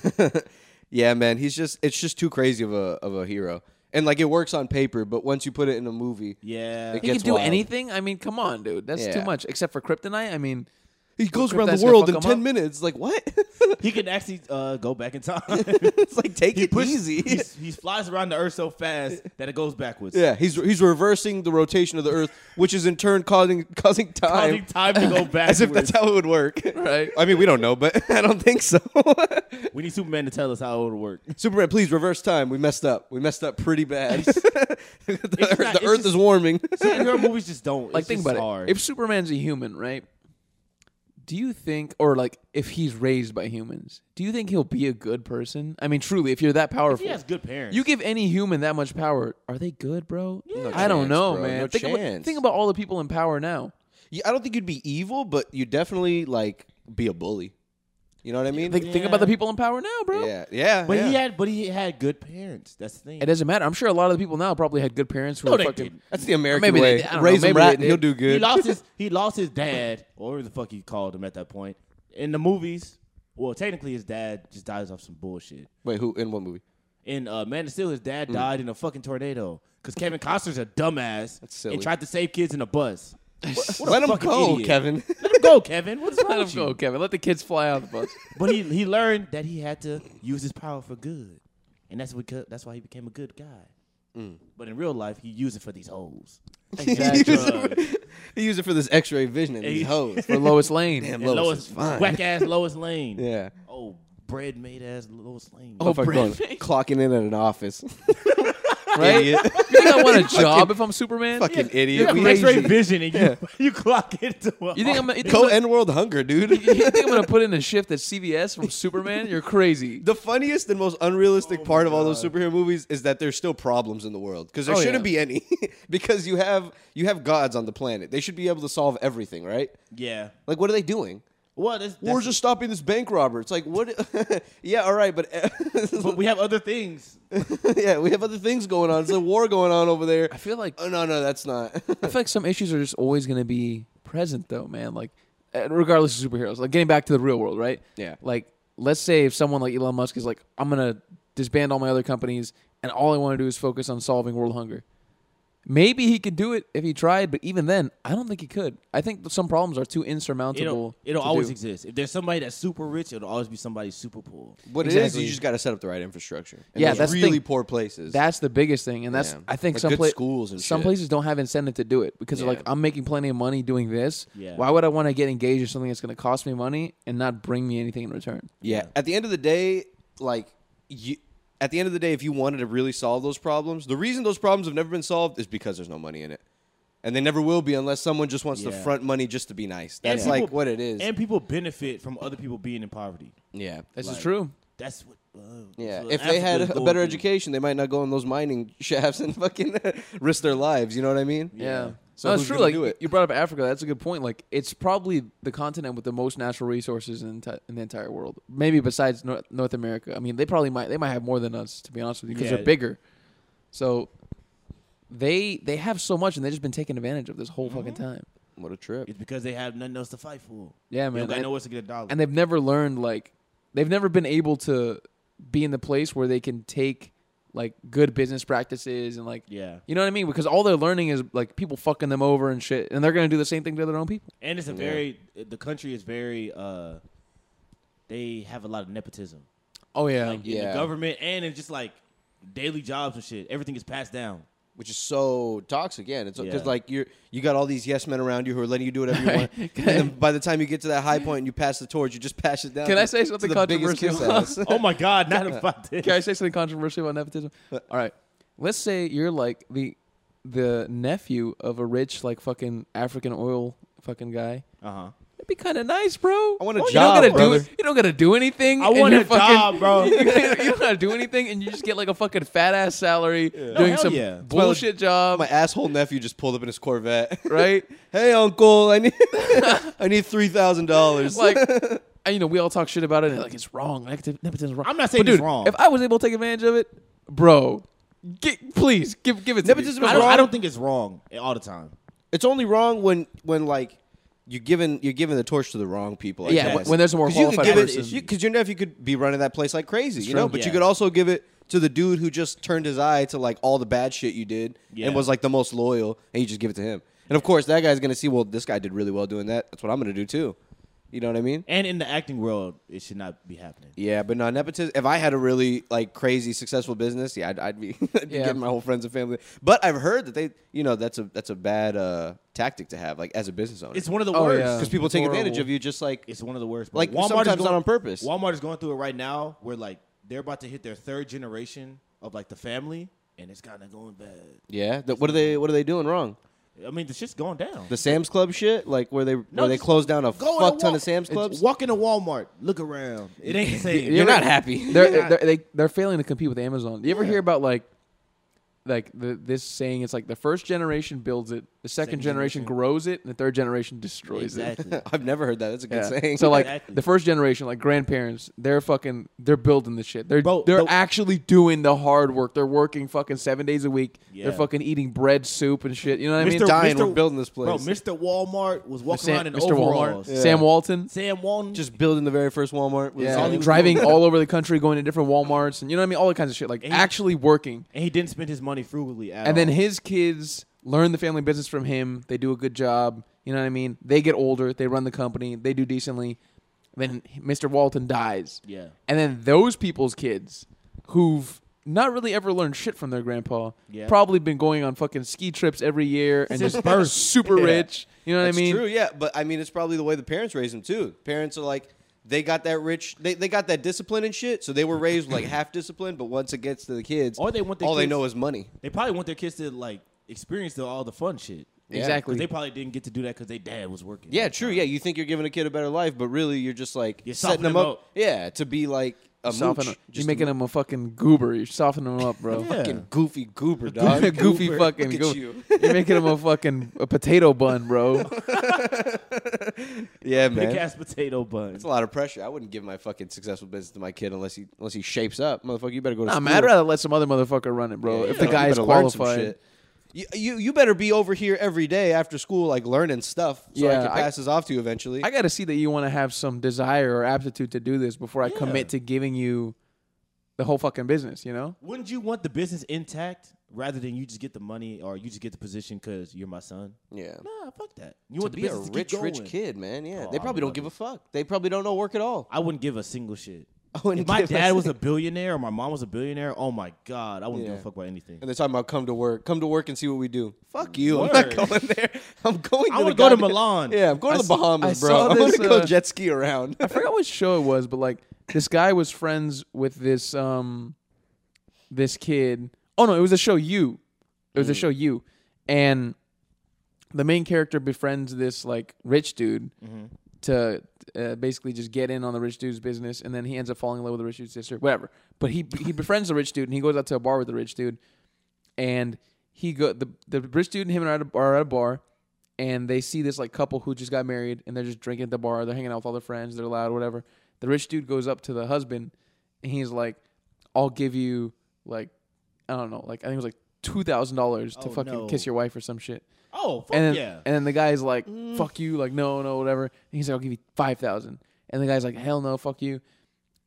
Speaker 2: yeah, man. He's just it's just too crazy of a of a hero. And like it works on paper, but once you put it in a movie,
Speaker 3: Yeah,
Speaker 1: He can
Speaker 2: Gets
Speaker 1: do
Speaker 2: wild.
Speaker 1: anything. I mean, come on, dude. That's
Speaker 2: Yeah.
Speaker 1: too much. Except for Kryptonite. I mean,
Speaker 2: he goes around
Speaker 1: Well, Kryptonite's
Speaker 2: the
Speaker 1: gonna
Speaker 2: world
Speaker 1: fuck
Speaker 2: in
Speaker 1: him
Speaker 2: ten
Speaker 1: up.
Speaker 2: minutes. Like what?
Speaker 3: he can actually uh, go back in time.
Speaker 2: it's like take it
Speaker 3: pushes-
Speaker 2: easy.
Speaker 3: he's- He flies around the earth so fast that it goes backwards.
Speaker 2: yeah, he's he's reversing the rotation of the Earth, which is in turn causing causing time.
Speaker 3: Causing time to go backwards.
Speaker 2: As if that's how it would work.
Speaker 1: Right.
Speaker 2: I mean, we don't know, but I don't think so.
Speaker 3: we need Superman to tell us how it would work.
Speaker 2: Superman, please reverse time. We messed up. We messed up pretty bad. the
Speaker 3: not-
Speaker 2: earth, the
Speaker 3: it's
Speaker 2: earth
Speaker 3: just-
Speaker 2: is warming.
Speaker 3: Superhero movies just don't.
Speaker 1: like
Speaker 3: It's
Speaker 1: think
Speaker 3: just
Speaker 1: about
Speaker 3: hard.
Speaker 1: it. If Superman's a human, right? Do you think, or like, if he's raised by humans, do you think he'll be a good person? I mean, truly, if you're that powerful,
Speaker 3: he has good parents,
Speaker 1: you give any human that much power, are they good, bro?
Speaker 2: No
Speaker 1: I don't
Speaker 2: chance,
Speaker 1: know,
Speaker 2: bro.
Speaker 1: man.
Speaker 2: No
Speaker 1: think, About,
Speaker 2: chance.
Speaker 1: think about all the people in power now.
Speaker 2: Yeah, I don't think you'd be evil, but you definitely like be a bully. You know what I mean?
Speaker 1: Think, think
Speaker 3: Yeah.
Speaker 1: about the people in power now, bro.
Speaker 2: yeah, yeah.
Speaker 3: but he
Speaker 2: yeah.
Speaker 3: had, but he had good parents. That's the thing.
Speaker 1: It doesn't matter. I'm sure a lot of the people now probably had good parents who
Speaker 3: No,
Speaker 1: were
Speaker 3: they
Speaker 1: fucking.
Speaker 3: didn't.
Speaker 2: That's the American
Speaker 1: Maybe they
Speaker 2: way.
Speaker 1: did. I don't
Speaker 2: Raise
Speaker 1: know.
Speaker 2: him
Speaker 1: Maybe
Speaker 2: right,
Speaker 1: they
Speaker 2: and he'll
Speaker 1: did.
Speaker 2: do
Speaker 3: he
Speaker 2: good.
Speaker 3: lost his he lost his dad or whatever the fuck you called him at that point in the movies well technically his dad just dies off some bullshit
Speaker 2: Wait, who in what movie?
Speaker 3: in uh, Man of Steel his
Speaker 2: Mm.
Speaker 3: dad died in a fucking tornado because Kevin Costner's a dumbass
Speaker 2: silly.
Speaker 3: and tried to save kids in a bus a
Speaker 2: Let him
Speaker 3: fucking
Speaker 2: go,
Speaker 3: idiot.
Speaker 2: Kevin.
Speaker 3: let him go Kevin what's wrong
Speaker 1: Let
Speaker 3: with
Speaker 1: him go,
Speaker 3: you
Speaker 1: Kevin. Let the kids fly out the bus.
Speaker 3: but he he learned that he had to use his power for good and that's what co- that's why he became a good guy
Speaker 2: Mm.
Speaker 3: but in real life he used it for these hoes
Speaker 1: Exactly.
Speaker 2: Use it- he used it for this X-ray vision and these
Speaker 3: Hey.
Speaker 2: hoes.
Speaker 1: For Lois Lane.
Speaker 2: Damn,
Speaker 3: And
Speaker 2: Lois,
Speaker 3: Lois,
Speaker 2: is fine.
Speaker 3: whack ass Lois Lane
Speaker 2: Yeah.
Speaker 3: oh bread made ass Lois Lane
Speaker 1: Oh,
Speaker 2: Motherfucker
Speaker 1: Brad
Speaker 2: going- clocking in at an office.
Speaker 1: Right?
Speaker 2: Idiot.
Speaker 1: You think I want a job if I'm Superman?
Speaker 2: Fucking
Speaker 3: You
Speaker 2: idiot.
Speaker 3: have
Speaker 1: crazy.
Speaker 3: X-ray vision and you, you clock into a
Speaker 1: You think I'm? You think
Speaker 2: Go
Speaker 1: I'm
Speaker 2: end world hunger, dude.
Speaker 1: you think I'm gonna put in a shift at CVS from Superman? You're crazy.
Speaker 2: The funniest and most unrealistic part of all those superhero movies is that there's still problems in the world because there
Speaker 1: Oh,
Speaker 2: shouldn't
Speaker 1: yeah.
Speaker 2: be any because you have you have gods on the planet. They should be able to solve everything, right?
Speaker 3: yeah.
Speaker 2: Like what are they doing?
Speaker 3: What is
Speaker 2: We're just stopping this bank robber. It's like what? yeah, all right, but
Speaker 3: but we have other things.
Speaker 2: yeah, we have other things going on. There's a war going on over there.
Speaker 1: I feel like
Speaker 2: Oh no, no, that's not.
Speaker 1: I feel like some issues are just always gonna be present, though, man. Like, uh, regardless of superheroes, like getting back to the real world, right?
Speaker 2: Yeah.
Speaker 1: Like, let's say if someone like Elon Musk is like, I'm gonna disband all my other companies, and all I want to do is focus on solving world hunger. Maybe he could do it if he tried, but even then, I don't think he could. I think that some problems are too insurmountable.
Speaker 3: It'll it'll
Speaker 1: to
Speaker 3: always
Speaker 1: do.
Speaker 3: exist. If there's somebody that's super rich, it'll always be somebody super poor.
Speaker 2: What it is,
Speaker 1: Exactly.
Speaker 2: you just got to set up the right infrastructure. And
Speaker 1: Yeah,
Speaker 2: there's
Speaker 1: that's the
Speaker 2: really
Speaker 1: thing.
Speaker 2: poor places.
Speaker 1: That's the biggest thing, and that's
Speaker 2: Yeah.
Speaker 1: I think
Speaker 2: Like
Speaker 1: some
Speaker 2: good
Speaker 1: pla-
Speaker 2: schools and
Speaker 1: some
Speaker 2: shit.
Speaker 1: places don't have incentive to do it because they're
Speaker 2: Yeah.
Speaker 1: like I'm making plenty of money doing this.
Speaker 3: Yeah.
Speaker 1: Why would I want to get engaged in something that's going to cost me money and not bring me anything in return?
Speaker 2: Yeah. At the end of the day, like you, at the end of the day, if you wanted to really solve those problems, the reason those problems have never been solved is because there's no money in it. And they never will be unless someone just wants to
Speaker 3: Yeah.
Speaker 2: front money just to be nice.
Speaker 3: And
Speaker 2: That's
Speaker 3: people-
Speaker 2: like what it is.
Speaker 3: And people benefit from other people being in poverty.
Speaker 2: yeah.
Speaker 1: This
Speaker 3: Like-
Speaker 1: is true.
Speaker 3: That's what. Uh,
Speaker 2: Yeah,
Speaker 3: that's what
Speaker 2: if they
Speaker 3: Africa
Speaker 2: had
Speaker 3: is
Speaker 2: a
Speaker 3: going
Speaker 2: better
Speaker 3: through.
Speaker 2: education, they might not go in those mining shafts and fucking risk their lives. You know what I mean?
Speaker 1: Yeah.
Speaker 2: So
Speaker 1: no, it's
Speaker 2: who's
Speaker 1: true.
Speaker 2: gonna
Speaker 1: Like
Speaker 2: do it?
Speaker 1: you brought up Africa, that's a good point. Like it's probably the continent with the most natural resources in, enti- in the entire world. Maybe besides North, North America. I mean, they probably might they might have more than us to be honest with you because
Speaker 3: Yeah.
Speaker 1: they're bigger. So they they have so much and they've just been taken advantage of this whole fucking
Speaker 2: Mm-hmm.
Speaker 1: time.
Speaker 2: What a trip.
Speaker 3: It's because they have nothing else to fight for.
Speaker 1: Yeah,
Speaker 3: They
Speaker 1: man.
Speaker 3: don't got
Speaker 1: And-
Speaker 3: nowhere else to get a dollar.
Speaker 1: and they've never learned like they've never been able to be in the place where they can take like good business practices and like
Speaker 3: yeah,
Speaker 1: you know what I mean? Because all they're learning is like people fucking them over and shit, and they're gonna do the same thing to their own people.
Speaker 3: and it's a very the country is very. uh They have a lot of nepotism,
Speaker 1: Oh yeah,
Speaker 3: like in
Speaker 2: Yeah.
Speaker 3: the government and in just like daily jobs and shit. Everything is passed down.
Speaker 2: Which is so toxic. Yeah, and it's because
Speaker 3: Yeah.
Speaker 2: like you're you got all these yes men around you who are letting you do whatever you want. and then by the time you get to that high point and you pass the torch, you just pass it down.
Speaker 1: Can
Speaker 2: to-
Speaker 1: I say
Speaker 2: to
Speaker 1: something
Speaker 2: the biggest
Speaker 1: controversial?
Speaker 2: kiss-ass.
Speaker 3: oh my god, not about this.
Speaker 1: Can I say something controversial about nepotism? All right, let's say you're like the the nephew of a rich like fucking African oil fucking guy.
Speaker 3: Uh huh.
Speaker 1: That'd be kind of nice, bro.
Speaker 2: I want a
Speaker 1: you don't
Speaker 2: job,
Speaker 1: gotta
Speaker 2: brother.
Speaker 1: Do, you don't gotta do anything.
Speaker 3: I
Speaker 1: and
Speaker 3: want
Speaker 1: you're
Speaker 3: a job, bro.
Speaker 1: you don't gotta do anything, and you just get like a fucking fat ass salary doing
Speaker 3: hell
Speaker 1: some
Speaker 3: yeah.
Speaker 1: bullshit job,
Speaker 2: My asshole nephew just pulled up in his Corvette.
Speaker 1: right?
Speaker 2: hey uncle, I need I need three thousand dollars.
Speaker 1: like and, you know we all talk shit about it and like it's wrong like the nepotism's wrong
Speaker 3: I'm not saying
Speaker 1: But,
Speaker 3: it's
Speaker 1: dude,
Speaker 3: wrong.
Speaker 1: if i was able to take advantage of it bro get, please give give it to
Speaker 2: Nepotism is
Speaker 1: me. I don't-
Speaker 3: I don't,
Speaker 2: wrong.
Speaker 3: I don't think it's wrong all the time.
Speaker 2: It's only wrong when when like you're giving you're giving the torch to the wrong people. I
Speaker 1: Yeah,
Speaker 2: guess.
Speaker 1: when- when there's a more
Speaker 2: 'Cause you could
Speaker 1: qualified
Speaker 2: give
Speaker 1: person.
Speaker 2: it because your nephew could be running that place like crazy, you know.
Speaker 1: true.
Speaker 2: But you
Speaker 3: Yeah.
Speaker 2: could also give it to the dude who just turned his eye to like all the bad shit you did
Speaker 3: Yeah.
Speaker 2: and was like the most loyal, and you just give it to him. And of course, that guy's gonna see. Well, this guy did really well doing that. That's what I'm gonna do too. You know what I mean?
Speaker 3: And in the acting world, it should not be happening.
Speaker 2: Yeah, but no nepotism. If I had a really like crazy successful business, yeah, I'd, I'd be, I'd be
Speaker 1: Yeah.
Speaker 2: getting my whole friends and family. But I've heard that they, you know, that's a that's a bad uh, tactic to have, like as a business owner.
Speaker 3: It's one of the
Speaker 1: Oh,
Speaker 3: worst.
Speaker 1: yeah.
Speaker 2: because people
Speaker 1: It's
Speaker 2: take advantage
Speaker 1: horrible.
Speaker 2: of you just like
Speaker 3: It's one of the worst.
Speaker 2: Like,
Speaker 3: Walmart is
Speaker 2: sometimes
Speaker 3: going-
Speaker 2: not on purpose.
Speaker 3: Walmart is going through it right now, where like they're about to hit their third generation of like the family, and it's kind of going bad.
Speaker 2: yeah the, what are they what are they doing wrong
Speaker 3: I mean, the shit's going down.
Speaker 2: the sam's club shit like where they where they
Speaker 3: just
Speaker 2: close down a
Speaker 3: Go in
Speaker 2: fuck
Speaker 3: a
Speaker 2: ton
Speaker 3: Wal-
Speaker 2: of sam's clubs
Speaker 3: Walk into Walmart, look around. It ain't the same.
Speaker 2: you're not happy
Speaker 1: they're, they're, they, they're failing to compete with amazon you ever hear about like like the, this saying it's like the first generation builds it the second,
Speaker 3: Second
Speaker 1: generation,
Speaker 3: generation.
Speaker 1: grows it and the third generation destroys it
Speaker 3: exactly.
Speaker 2: i've never heard that that's a good
Speaker 1: Yeah.
Speaker 2: saying
Speaker 1: So like
Speaker 3: Exactly.
Speaker 1: the first generation, like grandparents, they're fucking they're building the shit. They're
Speaker 3: Bro,
Speaker 1: they're
Speaker 3: the-
Speaker 1: actually doing the hard work. They're working fucking seven days a week.
Speaker 3: Yeah.
Speaker 1: They're fucking eating bread soup and shit. You know what I mean?
Speaker 2: dying, we're building this
Speaker 3: Bro,
Speaker 2: place.
Speaker 3: Mr. Walmart was walking
Speaker 1: Sam,
Speaker 3: around in
Speaker 1: Mr. Walmart,
Speaker 3: overalls.
Speaker 1: Sam Walton,
Speaker 3: Sam Walton.
Speaker 2: just building the very first walmart was
Speaker 1: yeah,
Speaker 2: all
Speaker 3: he was
Speaker 1: driving all over the country, going to different WalMarts, and you know what I mean? All that kinds of shit. Like
Speaker 3: And he-
Speaker 1: actually working,
Speaker 3: and he didn't spend his money frugally at
Speaker 1: and then
Speaker 3: all.
Speaker 1: his kids learn the family business from him. They do a good job. You know what I mean? They get older. They run the company. They do decently. Then Mr. Walton dies.
Speaker 3: yeah.
Speaker 1: And then those people's kids who've not really ever learned shit from their grandpa,
Speaker 3: Yeah.
Speaker 1: probably been going on fucking ski trips every year and
Speaker 3: Since
Speaker 1: just
Speaker 3: birth.
Speaker 1: super
Speaker 3: Yeah.
Speaker 1: rich. You know what
Speaker 2: That's
Speaker 1: I mean?
Speaker 2: true, yeah. But I mean, it's probably the way the parents raised them too. Parents are like, they got that rich, they, they got that discipline and shit. So they were raised like half disciplined. But once it gets to the kids,
Speaker 3: Or they want their
Speaker 2: all they
Speaker 3: kids-
Speaker 2: know is money.
Speaker 3: They probably want their kids to like experience the, all the fun shit.
Speaker 2: Yeah.
Speaker 1: Exactly.
Speaker 3: 'Cause they probably didn't get to do that because their dad was working.
Speaker 2: Yeah,
Speaker 3: all the
Speaker 2: true.
Speaker 3: time.
Speaker 2: Yeah, you think you're giving a kid a better life, but really you're just like
Speaker 3: You're
Speaker 2: setting
Speaker 3: softening
Speaker 2: them
Speaker 3: them
Speaker 2: up.
Speaker 3: up.
Speaker 2: Yeah, to be like a
Speaker 1: You soften
Speaker 2: mooch.
Speaker 1: them-
Speaker 2: Just
Speaker 1: You're making
Speaker 2: a
Speaker 1: them a fucking goober. You're softening them up, bro.
Speaker 3: Yeah.
Speaker 2: fucking goofy goober, dog.
Speaker 1: Goofy, goofy
Speaker 2: Goober.
Speaker 1: fucking
Speaker 2: Look at
Speaker 1: goober.
Speaker 2: you.
Speaker 1: You're making them a fucking a potato bun, bro.
Speaker 2: Yeah,
Speaker 3: Big
Speaker 2: man.
Speaker 3: ass potato bun.
Speaker 2: It's a lot of pressure. I wouldn't give my fucking successful business to my kid unless he unless he shapes up, motherfucker. You better go to
Speaker 1: nah,
Speaker 2: school.
Speaker 1: man, I'd rather let some other motherfucker run it, bro.
Speaker 2: Yeah,
Speaker 1: if the
Speaker 2: you
Speaker 1: guy is
Speaker 2: better learn some
Speaker 1: qualified.
Speaker 2: shit. You, you you better be over here every day after school, like learning stuff, so I
Speaker 1: Yeah,
Speaker 2: can
Speaker 1: I-
Speaker 2: pass this off to you eventually.
Speaker 1: I got to see that you want to have some desire or aptitude to do this before I
Speaker 3: Yeah.
Speaker 1: commit to giving you the whole fucking business, you know?
Speaker 3: Wouldn't you want the business intact rather than you just get the money or you just get the position because you're my son?
Speaker 2: yeah,
Speaker 3: Nah, fuck that. You
Speaker 2: to
Speaker 3: want the
Speaker 2: be a
Speaker 3: business to
Speaker 2: rich,
Speaker 3: keep
Speaker 2: rich
Speaker 3: going.
Speaker 2: kid, man. Yeah,
Speaker 3: Oh,
Speaker 2: they
Speaker 3: I
Speaker 2: probably
Speaker 3: love
Speaker 2: don't give a fuck. They probably don't know work at all.
Speaker 3: I wouldn't give a single shit.
Speaker 2: I wouldn't
Speaker 3: If my
Speaker 2: give a
Speaker 3: dad was a
Speaker 2: single-
Speaker 3: billionaire or my mom was a billionaire, oh my god, I wouldn't give
Speaker 2: Yeah.
Speaker 3: a fuck about anything.
Speaker 2: And they're talking about come to work, come to work and see what we do. Fuck you. I'm
Speaker 3: Word.
Speaker 2: not going there. I'm going.
Speaker 3: I
Speaker 2: to
Speaker 3: wanna
Speaker 2: the
Speaker 3: go to
Speaker 2: goddamn-
Speaker 3: Milan.
Speaker 2: Yeah, I'm going
Speaker 1: I
Speaker 2: to the
Speaker 1: saw-
Speaker 2: Bahamas,
Speaker 1: I
Speaker 2: bro.
Speaker 1: saw
Speaker 2: I'm going to
Speaker 1: this,
Speaker 2: go
Speaker 1: uh,
Speaker 2: jet ski around.
Speaker 1: I forgot what show it was, but like this guy was friends with this um this kid. Oh no, it was the show You. It was
Speaker 2: Mm.
Speaker 1: the show You, and the main character befriends this like rich dude
Speaker 3: Mm-hmm.
Speaker 1: to uh, basically just get in on the rich dude's business, and then he ends up falling in love with the rich dude's sister, whatever. But he he befriends the rich dude, and he goes out to a bar with the rich dude, and he go the the rich dude and him are at a, are at a bar, and they see this like couple who just got married, and they're just drinking at the bar, they're hanging out with all their friends, they're loud, whatever. The rich dude goes up to the husband, and he's like, "I'll give you like, I don't know, like I think it was like two thousand dollars to
Speaker 3: Oh,
Speaker 1: fucking
Speaker 3: no.
Speaker 1: kiss your wife or some shit."
Speaker 3: Oh, fuck
Speaker 1: and then,
Speaker 3: yeah.
Speaker 1: and then the guy's like,
Speaker 2: Mm.
Speaker 1: "Fuck you!" Like, no, no, whatever. And he's like, "I'll give you 5,000. And the guy's like, "Hell no, fuck you!"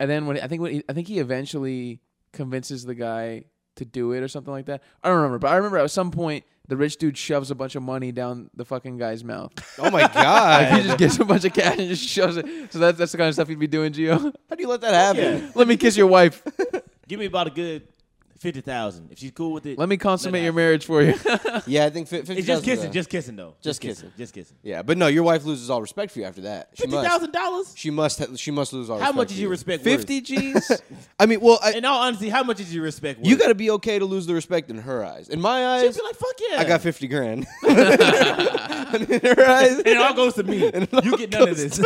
Speaker 1: And then when I think when he, I think he eventually convinces the guy to do it or something like that. I don't remember, but I remember at some point the rich dude shoves a bunch of money down the fucking guy's mouth.
Speaker 2: Oh my
Speaker 1: Like, he
Speaker 2: god!
Speaker 1: just gets a bunch of cash and just shoves it. So that's that's the kind of stuff you'd be doing, Gio.
Speaker 2: How do you let that happen?
Speaker 3: Yeah.
Speaker 1: Let me kiss your wife.
Speaker 3: Give me about a good fifty thousand. If she's cool with it,
Speaker 1: Let me consummate
Speaker 3: it
Speaker 1: your
Speaker 3: happen.
Speaker 1: marriage for you.
Speaker 2: Yeah, I think fi- fifty.
Speaker 3: It's just
Speaker 2: thousand,
Speaker 3: kissing,
Speaker 2: uh,
Speaker 3: just kissing though.
Speaker 2: Just kissing.
Speaker 3: just kissing.
Speaker 2: yeah, but no, your wife loses all respect for you after that. She
Speaker 3: Fifty
Speaker 2: must.
Speaker 3: thousand dollars.
Speaker 2: She must. Ha- she must lose all.
Speaker 3: How
Speaker 2: respect
Speaker 3: much
Speaker 2: for
Speaker 3: is your respect? worth?
Speaker 1: Fifty G's.
Speaker 2: I mean, well, I,
Speaker 3: In all honesty, how much is your respect? Worth?
Speaker 2: you got to be okay to lose the respect in her eyes. In my
Speaker 3: She'd
Speaker 2: eyes,
Speaker 3: be like, fuck yeah.
Speaker 2: I got fifty grand. in her eyes,
Speaker 3: It all goes to me. You get none of this.